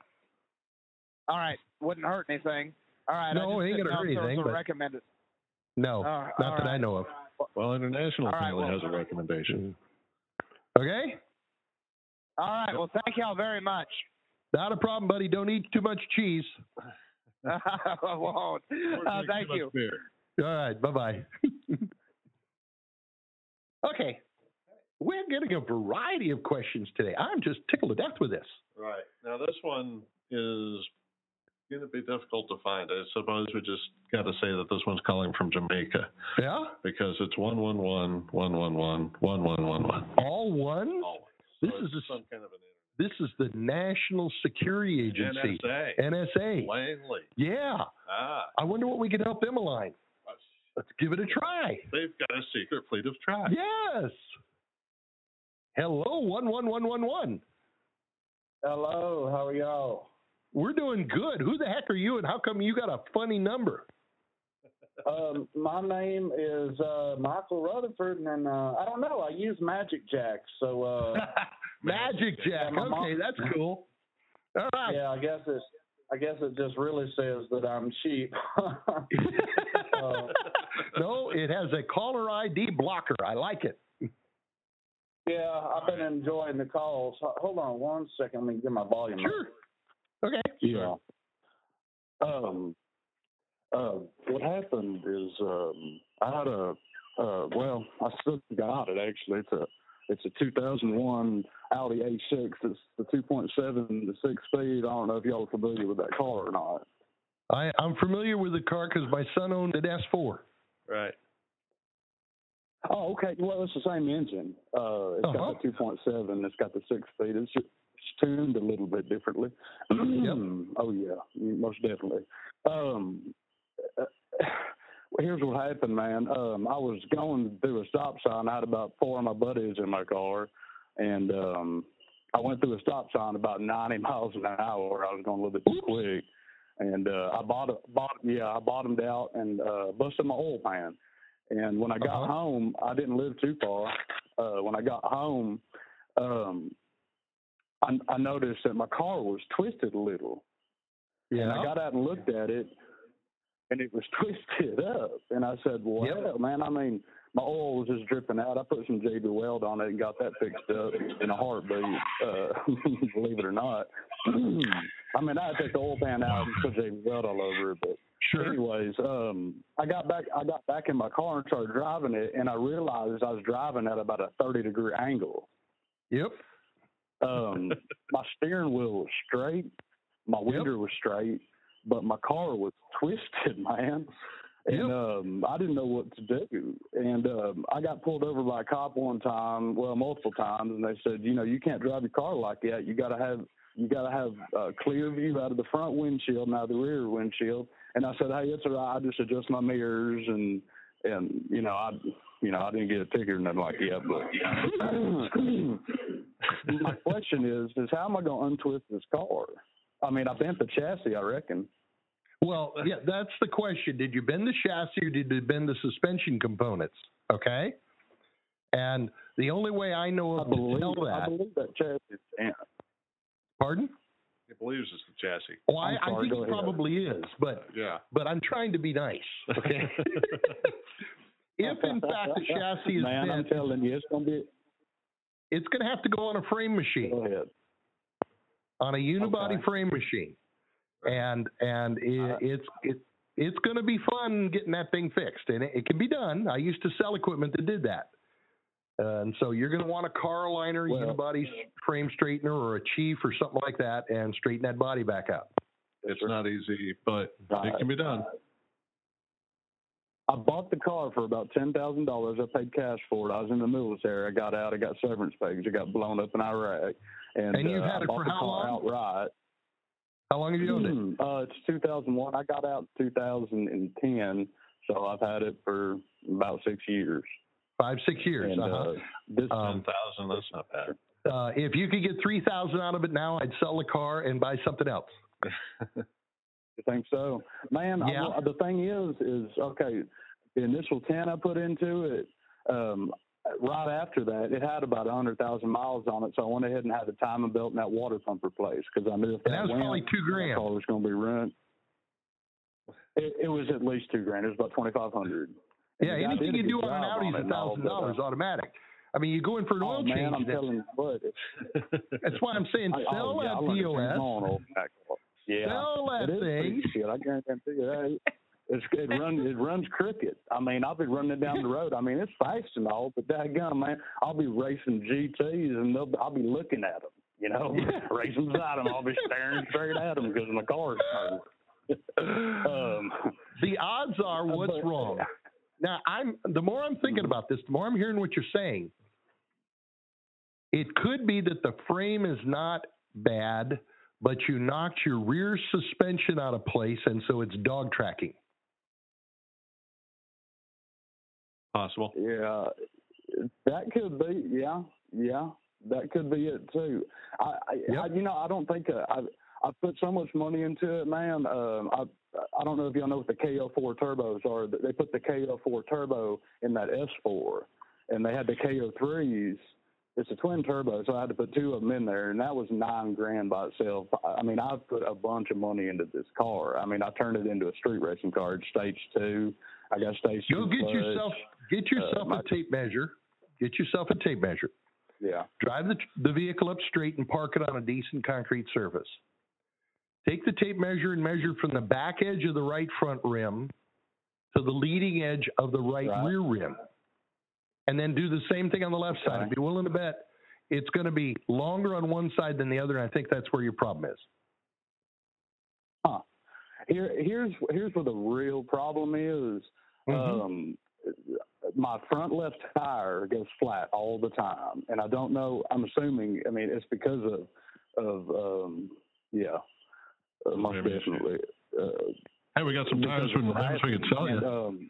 Speaker 8: All right, wouldn't hurt anything. All right,
Speaker 2: No, it
Speaker 8: I
Speaker 2: ain't
Speaker 8: just didn't
Speaker 2: gonna
Speaker 8: know
Speaker 2: hurt
Speaker 8: if there was
Speaker 2: anything,
Speaker 8: a
Speaker 2: but-
Speaker 8: recommended.
Speaker 2: No,
Speaker 8: Uh,
Speaker 2: not
Speaker 8: all
Speaker 2: that I
Speaker 8: right.
Speaker 2: know of.
Speaker 3: Well, international
Speaker 8: All right,
Speaker 3: apparently
Speaker 8: well-
Speaker 3: has a recommendation.
Speaker 2: Okay?
Speaker 8: All right, well, thank y'all very much.
Speaker 2: Not a problem, buddy. Don't eat too much cheese.
Speaker 8: I won't. Uh, thank you.
Speaker 2: All right, bye bye. okay, we're getting a variety of questions today. I'm just tickled to death with this.
Speaker 3: Right. Now, this one is going to be difficult to find. I suppose we just got to say that this one's calling from Jamaica
Speaker 2: Yeah,
Speaker 3: because it's 111 111 111.
Speaker 2: all one.
Speaker 3: Always.
Speaker 2: This
Speaker 3: So
Speaker 2: is
Speaker 3: it's
Speaker 2: a s-
Speaker 3: some kind of an
Speaker 2: This is the National Security Agency,
Speaker 3: NSA.
Speaker 2: NSA.
Speaker 3: Plainly.
Speaker 2: Yeah,
Speaker 3: Ah.
Speaker 2: I wonder what we can help them align. Let's give it a try.
Speaker 3: They've got a secret fleet of tribes.
Speaker 2: Yes. Hello, one one one one one.
Speaker 9: Hello, how are y'all?
Speaker 2: We're doing good. Who the heck are you, and how come you got a funny number?
Speaker 9: Um, my name is uh, Michael Rutherford, and uh, I don't know. I use Magic Jack, so uh,
Speaker 2: Magic Jack.
Speaker 9: my mom-
Speaker 2: Okay, that's cool. All right.
Speaker 9: yeah, I guess it's. I guess it just really says that I'm cheap. Uh,
Speaker 2: no, it has a caller ID blocker. I like it.
Speaker 9: yeah, I've been enjoying the calls. Ho- Hold on one second. Let me get my volume. up.
Speaker 2: Sure. Okay.
Speaker 9: Yeah. Um, uh, what happened is um, I had a uh, well, I still got it actually. It's a it's a 2001 Audi A6. It's the 2.7 the six speed. I don't know if y'all are familiar with that car or not.
Speaker 2: I, I'm familiar with the car because my son owned an S4.
Speaker 3: Right.
Speaker 9: Oh, okay. Well, it's the same engine. Uh, it's
Speaker 2: Uh-huh.
Speaker 9: got the 2.7. It's got the six speed. It's just it's tuned a little bit differently. Oh yeah, most definitely. Um, uh, here's what happened, man. Um, I was going through a stop sign. I had about four of my buddies in my car, and um, I went through a stop sign about 90 miles an hour. I was going a little bit too quick, and uh, I bought, bought, yeah, I bottomed out and uh, busted my oil pan. And when I got
Speaker 2: Uh-huh.
Speaker 9: home, I didn't live too far. Uh, when I got home, um, I, I noticed that my car was twisted a little. And I got out and looked at it, and it was twisted up. And I said, "Well,
Speaker 2: Yep.
Speaker 9: hell, man, I mean, my oil was just dripping out. I put some JB Weld on it and got that fixed up in a heartbeat. Uh, believe it or not, I mean, I had to take the oil pan out and put JB Weld all over it. But anyways, um, I got back, I got back in my car and started driving it, and I realized I was driving at about a thirty degree angle.
Speaker 2: Yep.
Speaker 9: Um, my steering wheel was straight, my winder was straight, but my car was twisted, man. And
Speaker 2: Yep.
Speaker 9: um, I didn't know what to do. And um, I got pulled over by a cop one time, well, multiple times, and they said, you know, you can't drive your car like that. You got to have you got to have uh, clear view out of the front windshield and out of the rear windshield. And I said, hey, it's all right. I just adjust my mirrors and and you know I you know I didn't get a ticket or nothing like that. But my question is is how am I going to untwist this car? I mean, I bent the chassis, I reckon.
Speaker 2: Well, yeah, that's the question. Did you bend the chassis or did you bend the suspension components? Okay. And the only way I know
Speaker 9: I
Speaker 2: of to
Speaker 9: believe,
Speaker 2: tell
Speaker 9: I
Speaker 2: that,
Speaker 9: believe that chassis. Yeah.
Speaker 2: pardon?
Speaker 8: He believes it's the chassis.
Speaker 2: Oh, I,
Speaker 9: I'm sorry,
Speaker 2: I think
Speaker 9: go
Speaker 2: it
Speaker 9: ahead.
Speaker 2: probably is, but
Speaker 8: Yeah.
Speaker 2: but I'm trying to be nice. Okay. if in fact the chassis is
Speaker 9: Man, I'm
Speaker 2: bent,
Speaker 9: telling you, it's gonna be.
Speaker 2: it's going to have to go on a frame machine,
Speaker 9: Go ahead.
Speaker 2: on a unibody
Speaker 9: Okay.
Speaker 2: frame machine, and and it,
Speaker 9: Uh,
Speaker 2: it's it, it's going to be fun getting that thing fixed, and it, it can be done. I used to sell equipment that did that. Uh, and so you're going to want a car liner,
Speaker 9: Well-
Speaker 2: unibody frame straightener, or a chief, or something like that, and straighten that body back up.
Speaker 8: It's not easy, but it can be done.
Speaker 9: I bought the car for about ten thousand dollars. I paid cash for it. I was in the military. I got out. I got severance package. I got blown up in Iraq. And,
Speaker 2: And you've
Speaker 9: uh,
Speaker 2: had
Speaker 9: I
Speaker 2: it
Speaker 9: bought
Speaker 2: for
Speaker 9: the
Speaker 2: how
Speaker 9: car
Speaker 2: long?
Speaker 9: outright.
Speaker 2: How long have you owned it?
Speaker 9: Uh, it's 2001. I got out in 2010, so I've had it for about six years.
Speaker 2: Five, six years.
Speaker 9: And,
Speaker 2: uh-huh.
Speaker 9: uh, this
Speaker 2: Um,
Speaker 8: 10,000, that's not bad.
Speaker 2: uh, if you could get three thousand out of it now, I'd sell the car and buy something else.
Speaker 9: You think so, man? I-
Speaker 2: Yeah.
Speaker 9: the thing is, is okay. The initial ten I put into it, um, right after that, it had about a hundred thousand miles on it. So I went ahead and had a timing belt and that water pump replaced because I knew if
Speaker 2: And
Speaker 9: that,
Speaker 2: that was
Speaker 9: went,
Speaker 2: probably two
Speaker 9: my
Speaker 2: grand.
Speaker 9: car was going to be ruined. It, it was at least two grand. It was about twenty five hundred.
Speaker 2: Yeah, anything you do on an Audi is a thousand dollars automatic. I mean, you go in for an
Speaker 9: uh, Oh
Speaker 2: oil
Speaker 9: man,
Speaker 2: change.
Speaker 9: I'm
Speaker 2: that-
Speaker 9: telling you what. it's-
Speaker 2: that's why I'm saying
Speaker 9: I- oh,
Speaker 2: sell
Speaker 9: yeah, I
Speaker 2: that
Speaker 9: learned a thing
Speaker 2: POS.
Speaker 9: on oil back off. Yeah.
Speaker 2: Sell that
Speaker 9: It is
Speaker 2: thing.
Speaker 9: pretty shit. I guarantee you that. It's, it runs it runs crooked. I mean, I'll be running it down the road. I mean, it's fast and all, but that gun, man, I'll be racing GTS and they'll, I'll be looking at them. You know, racing beside them, I'll be staring straight at them because my car's turned. um,
Speaker 2: The odds are what's
Speaker 9: but-
Speaker 2: wrong. Mm-hmm. Now I'm the more I'm thinking about this, the more I'm hearing what you're saying. It could be that the frame is not bad, but you knocked your rear suspension out of place, and so it's dog tracking.
Speaker 8: Possible.
Speaker 9: Yeah, that could be. Yeah, yeah, that could be it too. I, I,
Speaker 2: Yep.
Speaker 9: I you know, I don't think uh, I I put so much money into it, man. Um, I I don't know if y'all know what the KO4 turbos are. but They put the KO4 turbo in that S4, and they had the KO3s. It's a twin turbo, so I had to put two of them in there, and that was nine grand by itself. I I mean, I've put a bunch of money into this car. I mean, I turned it into a street racing car. It's stage two. I got stage
Speaker 2: Go
Speaker 9: two.
Speaker 2: get
Speaker 9: clutch.
Speaker 2: yourself get yourself
Speaker 9: my-
Speaker 2: a tape measure. Get yourself a tape measure.
Speaker 9: Yeah.
Speaker 2: Drive the, the vehicle up straight and park it on a decent concrete surface. Take the tape measure and measure from the back edge of the right front rim to the leading edge of the right,
Speaker 9: Right.
Speaker 2: rear rim. And then do the same thing on the left side.
Speaker 9: Okay.
Speaker 2: I'd be willing to bet it's going to be longer on one side than the other. And I think that's where your problem is.
Speaker 9: Here, here's here's where the real problem is.
Speaker 2: Mhm.
Speaker 9: Um, my front left tire goes flat all the time, and I don't know. I'm assuming. I mean, it's because of of um, yeah, uh, most
Speaker 8: Maybe it's-
Speaker 9: definitely. Uh,
Speaker 8: Hey, we got some tires from the Rams we can sell
Speaker 9: and,
Speaker 8: you.
Speaker 9: um,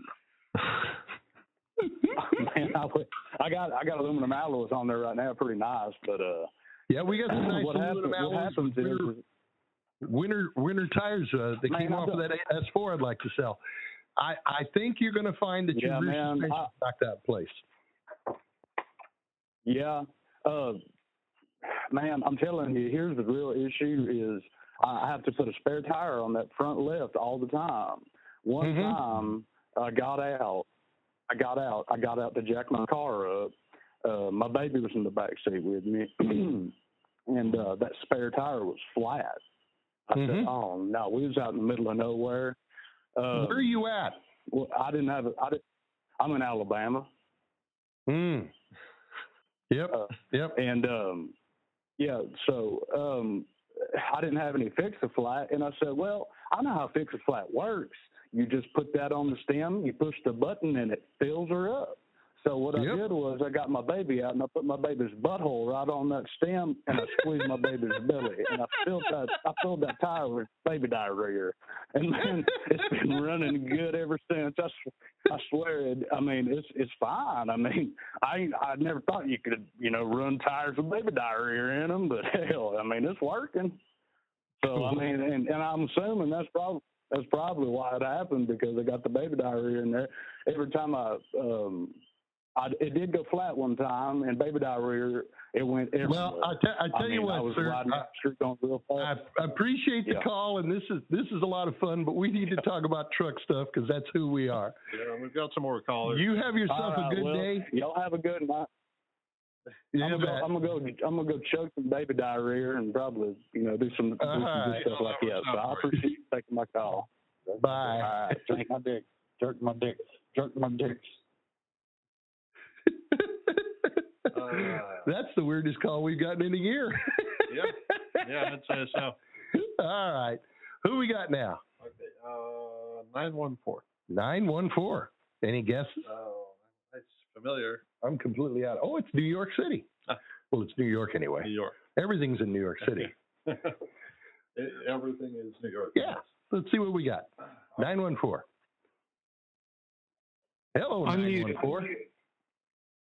Speaker 9: man, I, would- I got I got aluminum alloys on there right now, pretty nice. But uh,
Speaker 2: Yeah, we got some nice
Speaker 9: what, happen,
Speaker 2: aluminum
Speaker 9: what
Speaker 2: alloys
Speaker 9: happens
Speaker 2: with
Speaker 9: is
Speaker 2: rear- winter winter tires uh, that
Speaker 9: Man,
Speaker 2: came
Speaker 9: I've
Speaker 2: off of that S4 I'd like to sell. I, I think you're going to find that
Speaker 9: Yeah,
Speaker 2: your rear
Speaker 9: man,
Speaker 2: suspension
Speaker 9: I-
Speaker 2: knocked out of place.
Speaker 9: Yeah. Uh, man, I'm telling you, here's the real issue is I I have to put a spare tire on that front left all the time. One mm-hmm. time I got out. I got out. I got out to jack my car up. Uh, my baby was in the back seat with me, and uh, that spare tire was flat. I mm-hmm. said, "Oh no, we was out in the middle of nowhere." Um,
Speaker 2: Uh, Where are you at?
Speaker 9: Well, I didn't have. A, I didn't, I'm in Alabama.
Speaker 2: Mm. Yep. Uh, yep.
Speaker 9: And um, yeah, so um, I didn't have any fix a flat, and I said, "Well, I know how fix a flat works. You just put that on the stem, you push the button, and it fills her up." So what yep. I did was I got my baby out and I put my baby's butthole right on that stem and I squeezed my baby's belly and I filled that I filled that tire with baby diarrhea, and man, it's been running good ever since. I, I swear it. I mean, it's it's fine. I mean, I I never thought you could you know run tires with baby diarrhea in them, but hell, I mean it's working. So
Speaker 2: Mm-hmm.
Speaker 9: I mean, and and I'm assuming that's probably. That's probably why it happened because I got the baby diarrhea in there. Every time I um I, it did go flat one time, and baby diarrhea, it went everywhere.
Speaker 2: Well, I, t- I tell I you mean, what, sir, I, I, appreciate the yeah. call, and this is this is a lot of fun, but we need to talk about truck stuff because that's who we are.
Speaker 3: Yeah, we've got some more callers.
Speaker 2: You have yourself
Speaker 9: right,
Speaker 2: a good
Speaker 9: Uh, well,
Speaker 2: day.
Speaker 9: Y'all have a good night. Yeah, I'm, gonna go, I'm gonna go. I'm gonna go choke some baby diarrhea and probably, you know, do some, do some right. good stuff no, like that. So I appreciate you taking my call.
Speaker 2: Bye. All
Speaker 9: right, jerk my dick, jerk my dick, jerk my dick.
Speaker 2: Uh, That's the weirdest call we've gotten in a year.
Speaker 3: yeah, yeah, I'd say so.
Speaker 2: All right, who we got now?
Speaker 3: Okay, nine one four.
Speaker 2: Nine one four. Any guesses?
Speaker 3: Oh, that's familiar.
Speaker 2: I'm completely out. Oh, it's New York City. Uh, well, it's New York anyway.
Speaker 3: Ah. New York.
Speaker 2: Everything's in New York City.
Speaker 3: it, E, everything is New York.
Speaker 2: Yeah. Let's see what we got. Nine one four. Hello, nine one four.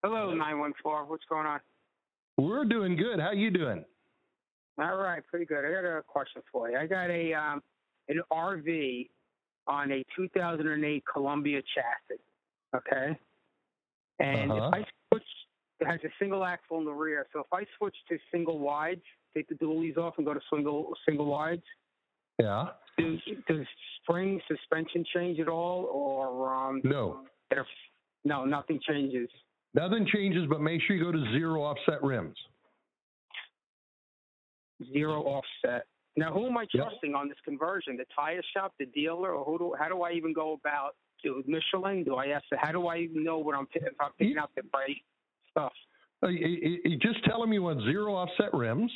Speaker 10: Hello, nine one four. What's going on?
Speaker 2: We're doing good. How you doing?
Speaker 10: All right, pretty good. I got a question for you. I got a um, an RV on a 2008 Columbia chassis. Okay, and uh-huh. if I switch, it has a single axle in the rear. So if I switch to single wides, take the dualies off and go to single single wides.
Speaker 2: Yeah.
Speaker 10: Does does spring suspension change at all, or um,
Speaker 2: no?
Speaker 10: If, no, nothing changes.
Speaker 2: Nothing changes, but make sure you go to zero offset rims.
Speaker 10: Zero offset. Now, who am I trusting yep. on this conversion? The tire shop, the dealer, or who do? How do I even go about? Do Michelin? Do I ask? How do I even know what I'm if I'm picking out the right stuff?
Speaker 2: Uh, You, you just tell them you want zero offset rims.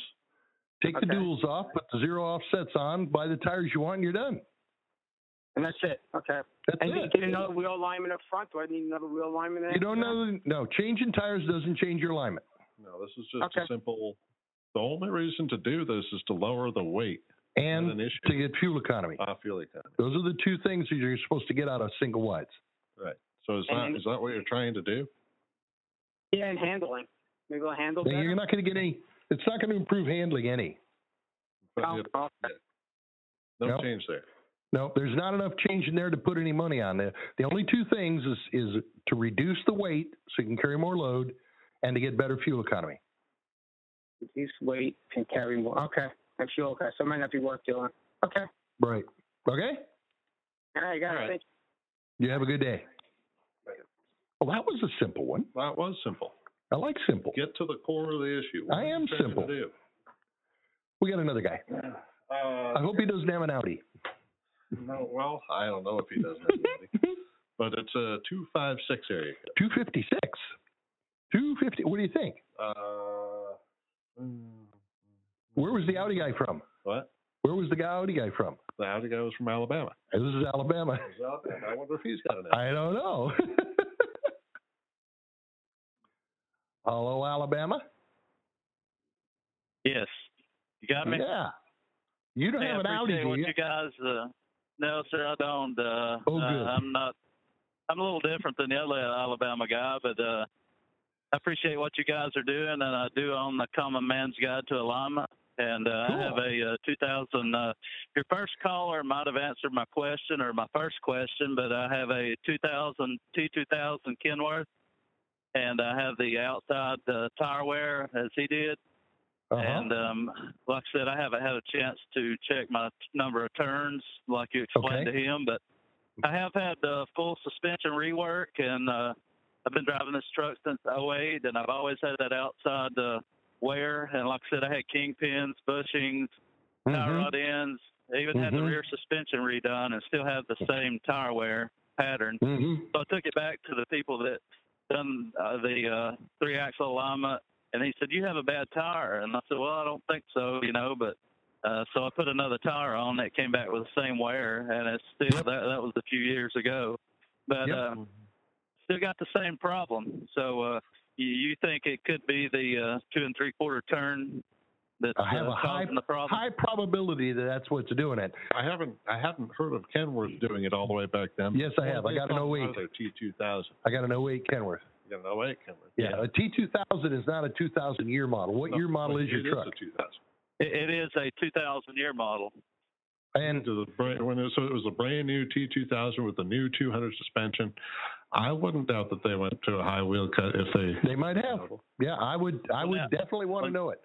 Speaker 2: Take okay. the duals off, put the zero offsets on, buy the tires you want, and you're done.
Speaker 10: And that's it. Okay.
Speaker 2: That's
Speaker 10: and
Speaker 2: it.
Speaker 10: get another wheel alignment up front. Do I need another wheel alignment?
Speaker 2: You don't know. No, changing tires doesn't change your alignment.
Speaker 3: No, this is just okay. simple. The only reason to do this is to lower the weight
Speaker 2: and an to get fuel economy.
Speaker 3: Uh, fuel economy.
Speaker 2: Those are the two things that you're supposed to get out of single wides.
Speaker 3: Right. So is and that is that what you're trying to do?
Speaker 10: Yeah, and handling. Maybe we'll handle.
Speaker 2: Yeah, you're not going to get any. It's not going to improve handling any.
Speaker 10: No,
Speaker 3: no, no change there.
Speaker 2: No, there's not enough change in there to put any money on there. The only two things is, is to reduce the weight so you can carry more load and to get better fuel economy.
Speaker 10: Reduce weight and carry more. Okay. And fuel. Okay. So it might not be worth doing. Okay.
Speaker 2: Right. Okay.
Speaker 10: All right. Got it. Right.
Speaker 2: You have a good day. Well, that was a simple one.
Speaker 3: That was simple.
Speaker 2: I like simple.
Speaker 3: Get to the core of the issue.
Speaker 2: What I am simple. We got another guy. Uh, I hope he doesn't have an Audi.
Speaker 3: No, well, I don't know if he does anything, but it's a two five six area.
Speaker 2: Two fifty six. Two fifty. What do you think?
Speaker 3: Uh,
Speaker 2: where was the Audi guy from?
Speaker 3: What?
Speaker 2: Where was the Audi guy from?
Speaker 3: The Audi guy was from Alabama.
Speaker 2: This is Alabama.
Speaker 3: This is Alabama. I wonder if he's got an.
Speaker 2: Audi. I don't know. Hello, Alabama.
Speaker 11: Yes, you got me.
Speaker 2: Yeah, you don't
Speaker 11: hey,
Speaker 2: have an
Speaker 11: I
Speaker 2: Audi.
Speaker 11: What
Speaker 2: do
Speaker 11: you guys? Uh, no, sir, I don't. Uh,
Speaker 2: oh, good.
Speaker 11: Uh, I'm not. I'm a little different than the other Alabama guy, but uh, I appreciate what you guys are doing, and I do own the Common Man's Guide to Alignment. And uh, cool. I have a uh, 2000. Uh, your first caller might have answered my question or my first question, but I have a 2000 T2000 Kenworth, and I have the outside uh, tire wear as he did. Uh-huh. And um, like I said, I haven't had a chance to check my number of turns like you explained
Speaker 2: okay.
Speaker 11: to him, but I have had uh, full suspension rework, and uh, I've been driving this truck since 08, and I've always had that outside uh, wear. And like I said, I had kingpins, bushings, tire
Speaker 2: Mhm.
Speaker 11: rod ends. I even had the
Speaker 2: Mhm.
Speaker 11: rear suspension redone, and still have the same tire wear pattern.
Speaker 2: Mhm.
Speaker 11: So I took it back to the people that done uh, the uh, three axle alignment, and he said, "You have a bad tire." And I said, "Well, I don't think so, you know." But uh, so I put another tire on that came back with the same wear, and it's still that, that was a few years ago, but
Speaker 2: Yep.
Speaker 11: uh, still got the same problem. So uh, you, you think it could be the uh, two and three quarter turn that's
Speaker 2: I have
Speaker 11: uh,
Speaker 2: a high,
Speaker 11: causing the problem?
Speaker 2: high probability that that's what's doing it.
Speaker 3: I haven't I haven't heard of Kenworth doing it all the way back then.
Speaker 2: Yes, I have. I got an 08.
Speaker 3: T two thousand.
Speaker 2: I got an 08 Kenworth.
Speaker 3: You got an 08 Kenworth.
Speaker 2: Yeah, a T2000 is not a 2000 year model. What
Speaker 3: No,
Speaker 2: year model
Speaker 3: it
Speaker 2: is your truck?
Speaker 3: a 2000.
Speaker 11: It, it is a 2000 year model.
Speaker 2: And
Speaker 3: to the brand, when it, so it was a brand new T2000 with the new 200 suspension. I wouldn't doubt that they went to a high wheel cut if they.
Speaker 2: They might have. Yeah, I would. I would definitely want to know it.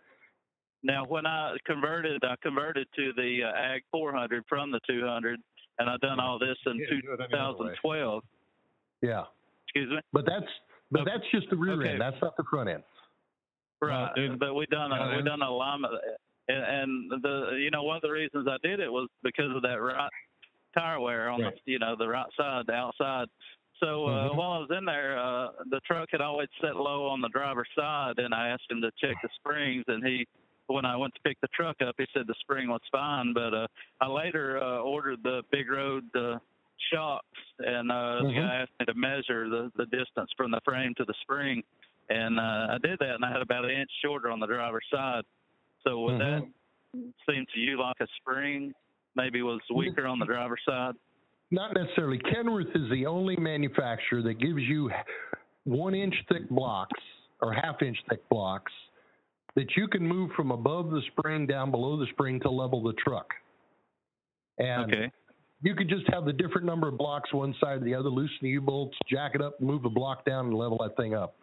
Speaker 11: Now, when I converted, I converted to the uh, Ag 400 from the 200, and I done all this in
Speaker 2: You can't do it any other way.
Speaker 11: 2012.
Speaker 2: Yeah,
Speaker 11: Excuse me.
Speaker 2: but that's but that's just the rear
Speaker 11: Okay.
Speaker 2: end. That's not the front end.
Speaker 11: Right, but we done a,
Speaker 2: Yeah,
Speaker 11: we
Speaker 2: and-
Speaker 11: done a alignment, and, and the you know one of the reasons I did it was because of that right tire wear on the you know the right side, the outside. So uh,
Speaker 12: Mhm.
Speaker 11: while I was in there, uh, the truck had always set low on the driver's side, and I asked him to check the springs, and he when I went to pick the truck up, he said the spring was fine, but uh, I later uh, ordered the big road uh, shocks, and uh, the
Speaker 6: Mhm.
Speaker 11: guy asked me to measure the, the distance from the frame to the spring, and uh, I did that, and I had about an inch shorter on the driver's side. So would that seem to you like a spring? Maybe was weaker on the driver's side.
Speaker 2: Not necessarily. Kenworth is the only manufacturer that gives you one inch thick blocks or half inch thick blocks that you can move from above the spring down below the spring to level the truck. And you could just have the different number of blocks one side or the other, loosen the U bolts, jack it up, move a block down, and level that thing up.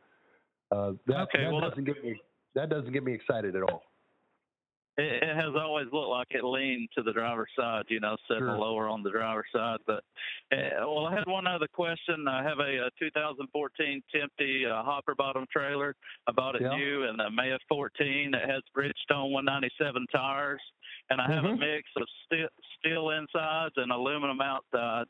Speaker 2: Uh, that,
Speaker 11: Okay,
Speaker 2: that
Speaker 11: well,
Speaker 2: doesn't get me that doesn't get me excited at all.
Speaker 11: It, it has always looked like it leaned to the driver's side, you know, set lower on the driver's side. But uh, well, I had one other question. I have a, uh 2014 Tempe uh, hopper bottom trailer. I bought it
Speaker 6: Yeah.
Speaker 11: new in uh, May of 14. It has Bridgestone 197 tires, and I have a
Speaker 6: Mhm.
Speaker 11: mix of steel, steel insides and aluminum outside.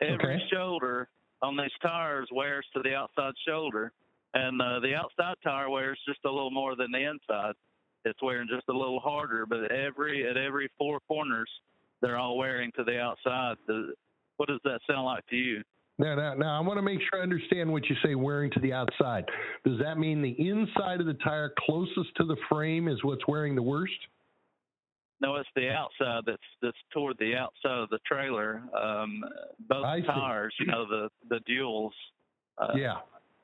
Speaker 11: Every shoulder on these tires wears to the outside shoulder, and uh, the outside tire wears just a little more than the inside it's wearing just a little harder, but every at every four corners, they're all wearing to the outside. The, what does that sound like to you?
Speaker 2: Now, now, now I want to make sure I understand what you say wearing to the outside. Does that mean the inside of the tire closest to the frame is what's wearing the worst?
Speaker 11: No, it's the outside that's that's toward the outside of the trailer. Um, both tires, you know, the the duals. Uh,
Speaker 2: yeah.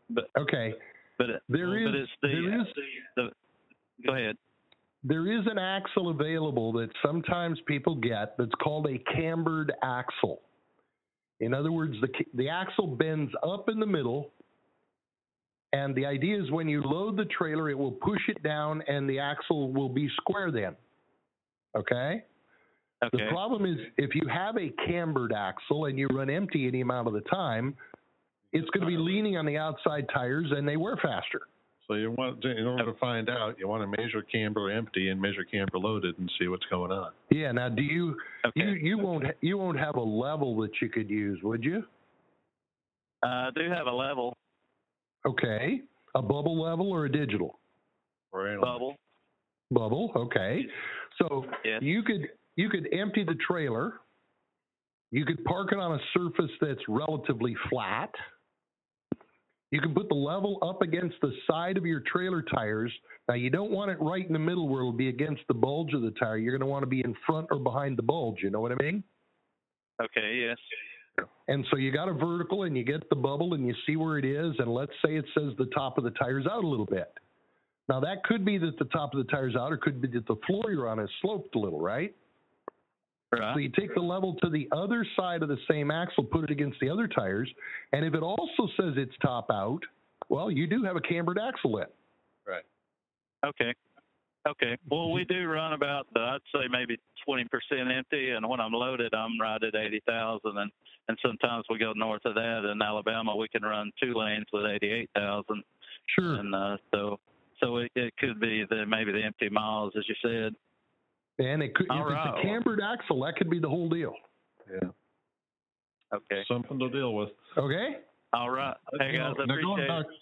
Speaker 11: But
Speaker 2: okay.
Speaker 11: But it-
Speaker 2: There is-
Speaker 11: but it's the,
Speaker 2: there is-
Speaker 11: the, go ahead.
Speaker 2: There is an axle available that sometimes people get that's called a cambered axle. In other words, the, ca- the axle bends up in the middle, and the idea is when you load the trailer, it will push it down and the axle will be square then. Okay? The problem is if you have a cambered axle and you run empty any amount of the time, it's going to be leaning on the outside tires and they wear faster.
Speaker 3: So you want in order to find out, you want to measure camber empty and measure camber loaded and see what's going on.
Speaker 2: Yeah. Now, do you you you won't you won't have a level that you could use, would you?
Speaker 11: Uh, I do have a level
Speaker 2: Okay, a bubble level or a digital
Speaker 11: bubble.
Speaker 2: bubble. Okay, so
Speaker 11: Yes.
Speaker 2: you could you could empty the trailer. You could park it on a surface that's relatively flat. You can put the level up against the side of your trailer tires. Now, you don't want it right in the middle where it'll be against the bulge of the tire. You're going to want to be in front or behind the bulge. You know what I mean?
Speaker 11: Okay. Yes.
Speaker 2: And so you got a vertical and you get the bubble and you see where it is. And let's say it says the top of the tire's out a little bit. Now, that could be that the top of the tire's out, or could be that the floor you're on is sloped a little, right?
Speaker 11: Right.
Speaker 2: So you take the level to the other side of the same axle, put it against the other tires. And if it also says it's top out, well, you do have a cambered axle then.
Speaker 11: Right. Okay. Okay. Well, we do run about, uh, I'd say maybe 20% empty, and when I'm loaded, I'm right at 80,000, and and sometimes we go north of that. In Alabama, we can run two lanes with 88,000.
Speaker 2: Sure.
Speaker 11: And uh, so, so it, it could be the maybe the empty miles, as you said.
Speaker 2: And it could, if
Speaker 11: All
Speaker 2: it's a
Speaker 11: right.
Speaker 2: cambered axle, that could be the whole deal.
Speaker 3: Yeah.
Speaker 11: Okay.
Speaker 3: Something to deal with.
Speaker 2: Okay.
Speaker 11: All right. Hey guys, I
Speaker 3: Now going
Speaker 11: appreciate
Speaker 3: back,
Speaker 11: it.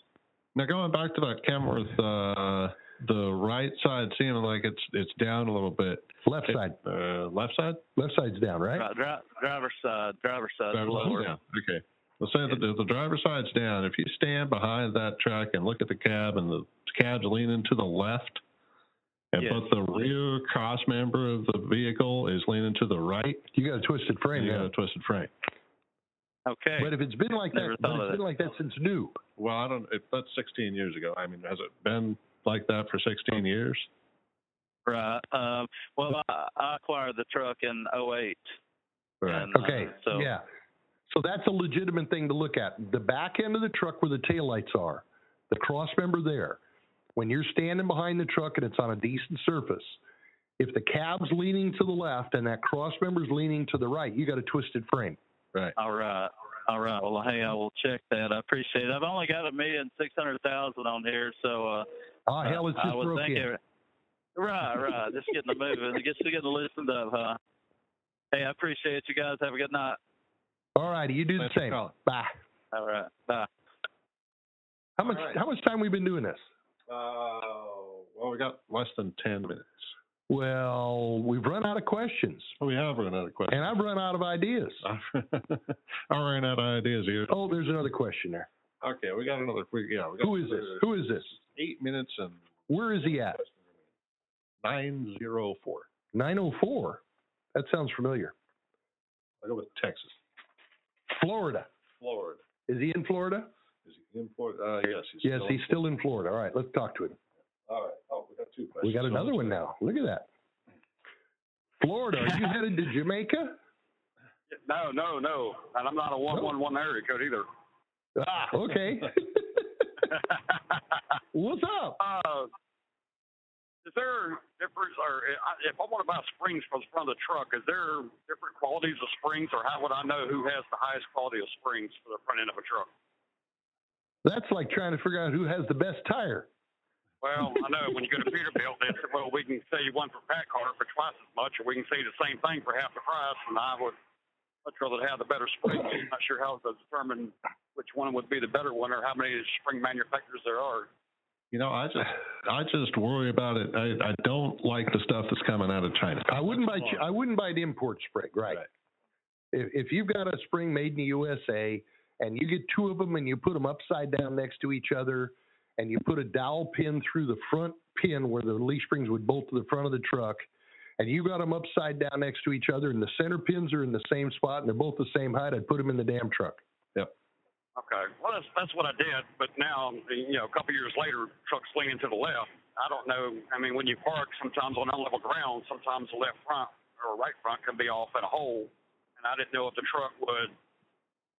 Speaker 3: now going back to that Kenworth, uh, the right side seeming like it's it's down a little bit.
Speaker 2: Left
Speaker 3: It-
Speaker 2: side.
Speaker 3: uh, left side.
Speaker 2: Left side's down, right?
Speaker 11: Dri- dri- driver's side, driver's side
Speaker 3: Driver's side's
Speaker 11: lower.
Speaker 3: down. Okay. Let's say that the, the driver's side's down. If you stand behind that truck and look at the cab, and the cab's leaning to the left, and
Speaker 11: Yes.
Speaker 3: but the rear cross member of the vehicle is leaning to the right,
Speaker 2: You got a twisted frame.
Speaker 3: you
Speaker 2: now.
Speaker 3: got a twisted frame.
Speaker 11: Okay.
Speaker 2: But if it's been like that,
Speaker 11: Never
Speaker 2: but
Speaker 11: thought
Speaker 2: it's
Speaker 11: of
Speaker 2: been
Speaker 11: that.
Speaker 2: like that since new.
Speaker 3: Well, I don't. If that's 16 years ago, I mean, has it been like that for 16 years?
Speaker 11: Right. Um, well, I, I acquired the truck in 08. And, uh,
Speaker 2: Okay.
Speaker 11: so,
Speaker 2: Yeah. So that's a legitimate thing to look at. The back end of the truck where the taillights are, the cross member there, when you're standing behind the truck and it's on a decent surface, if the cab's leaning to the left and that cross member's leaning to the right, you got a twisted frame.
Speaker 3: Right.
Speaker 11: All right. All right. Well, hey, I will check that. I appreciate it. I've only got a million six hundred thousand on here, so uh,
Speaker 2: Ah, hell, it's
Speaker 11: I- I
Speaker 2: just
Speaker 11: would
Speaker 2: broke
Speaker 11: think
Speaker 2: in.
Speaker 11: every- Right, right. Just getting the moving. Just getting listened up, huh? Hey, I appreciate you guys. Have a good night.
Speaker 2: All righty, you do the
Speaker 3: Thanks for
Speaker 2: same.
Speaker 3: calling.
Speaker 2: Bye.
Speaker 11: All right. Bye.
Speaker 2: How much?
Speaker 3: right.
Speaker 2: How much time we been doing this?
Speaker 3: Oh, well, we got less than 10 minutes.
Speaker 2: Well, we've run out of questions,
Speaker 3: Oh, we have run out of questions.
Speaker 2: and I've run out of ideas.
Speaker 3: I ran out of ideas here.
Speaker 2: Oh, there's another question there.
Speaker 3: Okay, we got another. We, yeah, we got
Speaker 2: Who is this? Who is this?
Speaker 3: Eight minutes and
Speaker 2: Where is he at?
Speaker 3: nine zero four.
Speaker 2: 904. That sounds familiar.
Speaker 3: I go with Texas,
Speaker 2: Florida.
Speaker 3: Florida.
Speaker 2: Is he in Florida?
Speaker 3: Is he in Florida? Uh, yes, he's
Speaker 2: Yes,
Speaker 3: still
Speaker 2: he's still in Florida. All right, let's talk to him.
Speaker 3: All right. Oh, we got two questions.
Speaker 2: We got another one now. Look at that. Florida, are you headed to Jamaica?
Speaker 13: No, no, no. And I'm not a one one one area code either.
Speaker 2: Ah, okay. What's up?
Speaker 13: uh, is there difference, or I- if I want to buy springs for the front of the truck, is there different qualities of springs, or how would I know who has the highest quality of springs for the front end of a truck?
Speaker 2: That's like trying to figure out who has the best tire.
Speaker 13: Well, I know when you go to Peterbilt, they said, well, we can sell you one for Pat Carter for twice as much, or we can sell you the same thing for half the price. And I would much rather have the better spring. I'm not sure how to determine which one would be the better one, or how many spring manufacturers there are.
Speaker 3: You know, I just, I just worry about it. I, I don't like the stuff that's coming out of China.
Speaker 2: I wouldn't buy
Speaker 3: Florida.
Speaker 2: I wouldn't buy an import spring, right?
Speaker 3: Right.
Speaker 2: If, if you've got a spring made in the USA and you get two of them and you put them upside down next to each other and you put a dowel pin through the front pin where the leaf springs would bolt to the front of the truck and you got them upside down next to each other and the center pins are in the same spot and they're both the same height, I'd put them in the damn truck.
Speaker 13: Okay. Well, that's that's what I did, but now you know, a couple years later, truck's leaning to the left. I don't know. I mean, when you park, sometimes on unlevel ground, sometimes the left front or right front can be off in a hole, and I didn't know if the truck would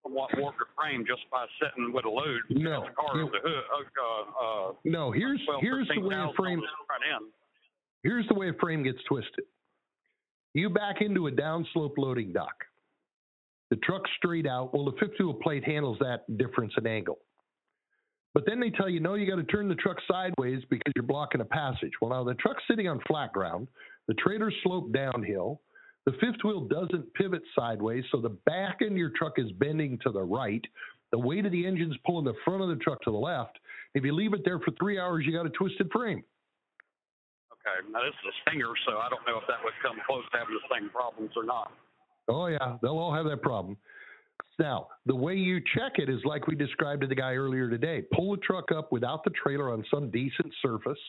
Speaker 13: somewhat warp the frame just by sitting with a load
Speaker 2: No.
Speaker 13: against the car
Speaker 2: You-
Speaker 13: of the hood. Uh, uh,
Speaker 2: No, here's
Speaker 13: well,
Speaker 2: here's the way a frame
Speaker 13: front end.
Speaker 2: here's the way a frame gets twisted. You back into a downslope loading dock. The truck's straight out. Well, the fifth wheel plate handles that difference in angle. But then they tell you, no, you got to turn the truck sideways because you're blocking a passage. Well, now the truck's sitting on flat ground. The trailer's sloped downhill. The fifth wheel doesn't pivot sideways, so the back end of your truck is bending to the right. The weight of the engine's pulling the front of the truck to the left. If you leave it there for three hours, you got a twisted frame.
Speaker 13: Okay. Now this is a stinger, so I don't know if that would come close to having the same problems or not.
Speaker 2: Oh yeah, they'll all have that problem. Now, the way you check it is like we described to the guy earlier today. Pull the truck up without the trailer on some decent surface.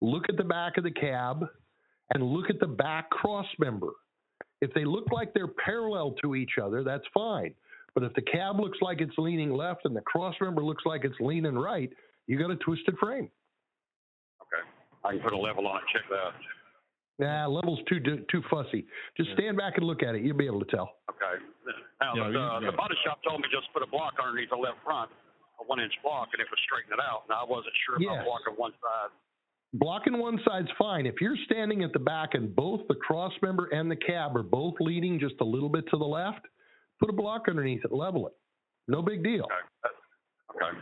Speaker 2: Look at the back of the cab and look at the back cross member. If they look like they're parallel to each other, that's fine. But if the cab looks like it's leaning left and the cross member looks like it's leaning right, you got a twisted frame.
Speaker 13: Okay. I can put a level on it. Check that.
Speaker 2: Nah, level's too too fussy. Just stand back and look at it. You'll be able to tell.
Speaker 13: Okay. Now,
Speaker 3: Yeah,
Speaker 13: the,
Speaker 3: you- yeah.
Speaker 13: the body shop told me just put a block underneath the left front, a one inch block, and it would straighten it out. Now, I wasn't sure if
Speaker 2: Yes.
Speaker 13: I'm blocking one side.
Speaker 2: blocking one side's fine. If you're standing at the back and both the cross member and the cab are both leading just a little bit to the left, put a block underneath it, level it. No big deal.
Speaker 4: Okay. okay.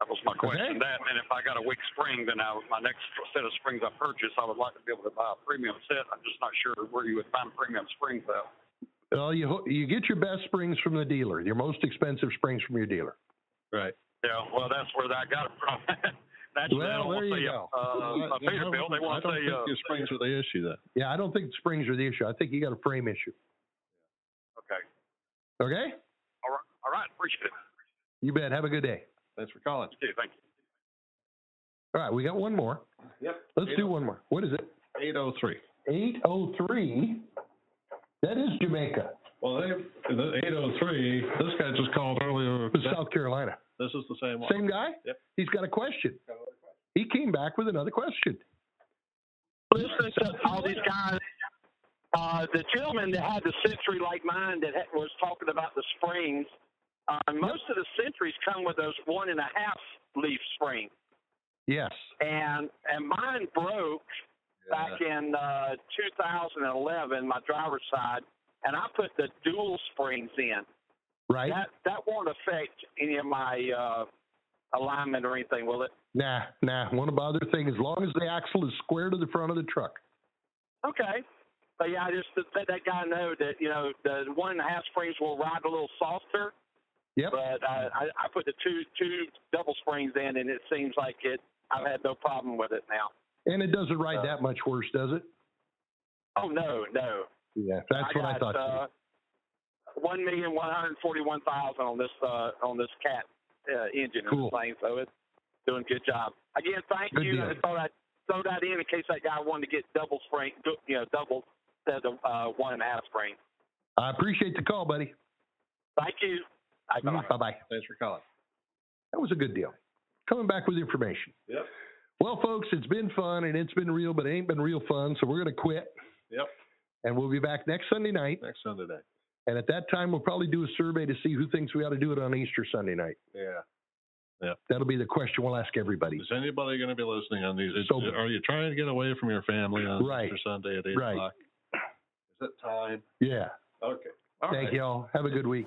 Speaker 4: That was my question.
Speaker 2: Okay.
Speaker 4: That, and if I got a weak spring, then I, my next set of springs I purchase, I would like to be able to buy a premium set. I'm just not sure where you would find premium springs at.
Speaker 2: Well, you ho- you get your best springs from the dealer, your most expensive springs from your dealer.
Speaker 3: Right.
Speaker 4: Yeah, well, that's where I got it from. That's
Speaker 2: Well,
Speaker 4: they don't
Speaker 2: there
Speaker 4: want to
Speaker 2: you
Speaker 4: say,
Speaker 2: go.
Speaker 4: Uh, a Peterbilt, they want to say, uh,
Speaker 3: your springs are the issue then.
Speaker 2: Yeah, I don't think springs are the issue. I think you got a frame issue.
Speaker 4: okay.
Speaker 2: Okay?
Speaker 4: All right, all right, appreciate it.
Speaker 2: You bet. Have a good day.
Speaker 3: Thanks for calling.
Speaker 4: You too, thank you.
Speaker 2: All right, we got one more.
Speaker 3: Yep.
Speaker 2: Let's do one more. What is it?
Speaker 3: 803.
Speaker 2: 803. That is Jamaica.
Speaker 3: Well, they, the 803, this guy just called earlier.
Speaker 2: It's South Carolina.
Speaker 3: This is the same one.
Speaker 2: Same guy?
Speaker 3: Yep.
Speaker 2: He's got a question. He came back with another question.
Speaker 4: This is just all these guys. Uh, the gentleman that had the century like mine that had, was talking about the springs. Uh, most of the centuries come with those one and a half leaf springs,
Speaker 2: Yes.
Speaker 4: and and mine broke back in uh, 2011. My driver's side, and I put the dual springs in.
Speaker 2: Right?
Speaker 4: That that won't affect any of my uh, alignment or anything, will it?
Speaker 2: Nah, nah. Won't bother a thing as long as the axle is square to the front of the truck.
Speaker 4: Okay. But yeah, I just to let that guy know that you know the one and a half springs will ride a little softer.
Speaker 2: Yep.
Speaker 4: But I, I, I put the two two double springs in, and it seems like it. I've had no problem with it now.
Speaker 2: And it doesn't ride that much worse, does it?
Speaker 4: Oh no, no.
Speaker 2: Yeah, that's what I thought.
Speaker 4: got,
Speaker 2: too.
Speaker 4: Uh, one million one hundred forty-one thousand on this uh, on this cat uh, engine in
Speaker 2: Cool.
Speaker 4: this thing, so it's doing a good job. Again, thank
Speaker 2: Good
Speaker 4: you.
Speaker 2: deal.
Speaker 4: I thought I'd throw that in in case that guy wanted to get double spring, du- you know, double instead of uh, one and a half spring.
Speaker 2: I appreciate the call, buddy.
Speaker 4: Thank you. Bye bye.
Speaker 2: Bye bye.
Speaker 3: Thanks for calling.
Speaker 2: That was a good deal. Coming back with information.
Speaker 3: Yep.
Speaker 2: Well, folks, it's been fun and it's been real, but it ain't been real fun. So we're going to quit.
Speaker 3: Yep.
Speaker 2: And we'll be back next Sunday night.
Speaker 3: Next Sunday night.
Speaker 2: And at that time, we'll probably do a survey to see who thinks we ought to do it on Easter Sunday night.
Speaker 3: Yeah.
Speaker 2: That'll be the question we'll ask everybody.
Speaker 3: Is anybody going to be listening on these? Is-
Speaker 2: So-
Speaker 3: are you trying to get away from your family on
Speaker 2: Right.
Speaker 3: Easter Sunday at 8
Speaker 2: Right.
Speaker 3: o'clock? Is it time?
Speaker 2: Yeah.
Speaker 3: Okay.
Speaker 2: Thank y'all. Have a good week.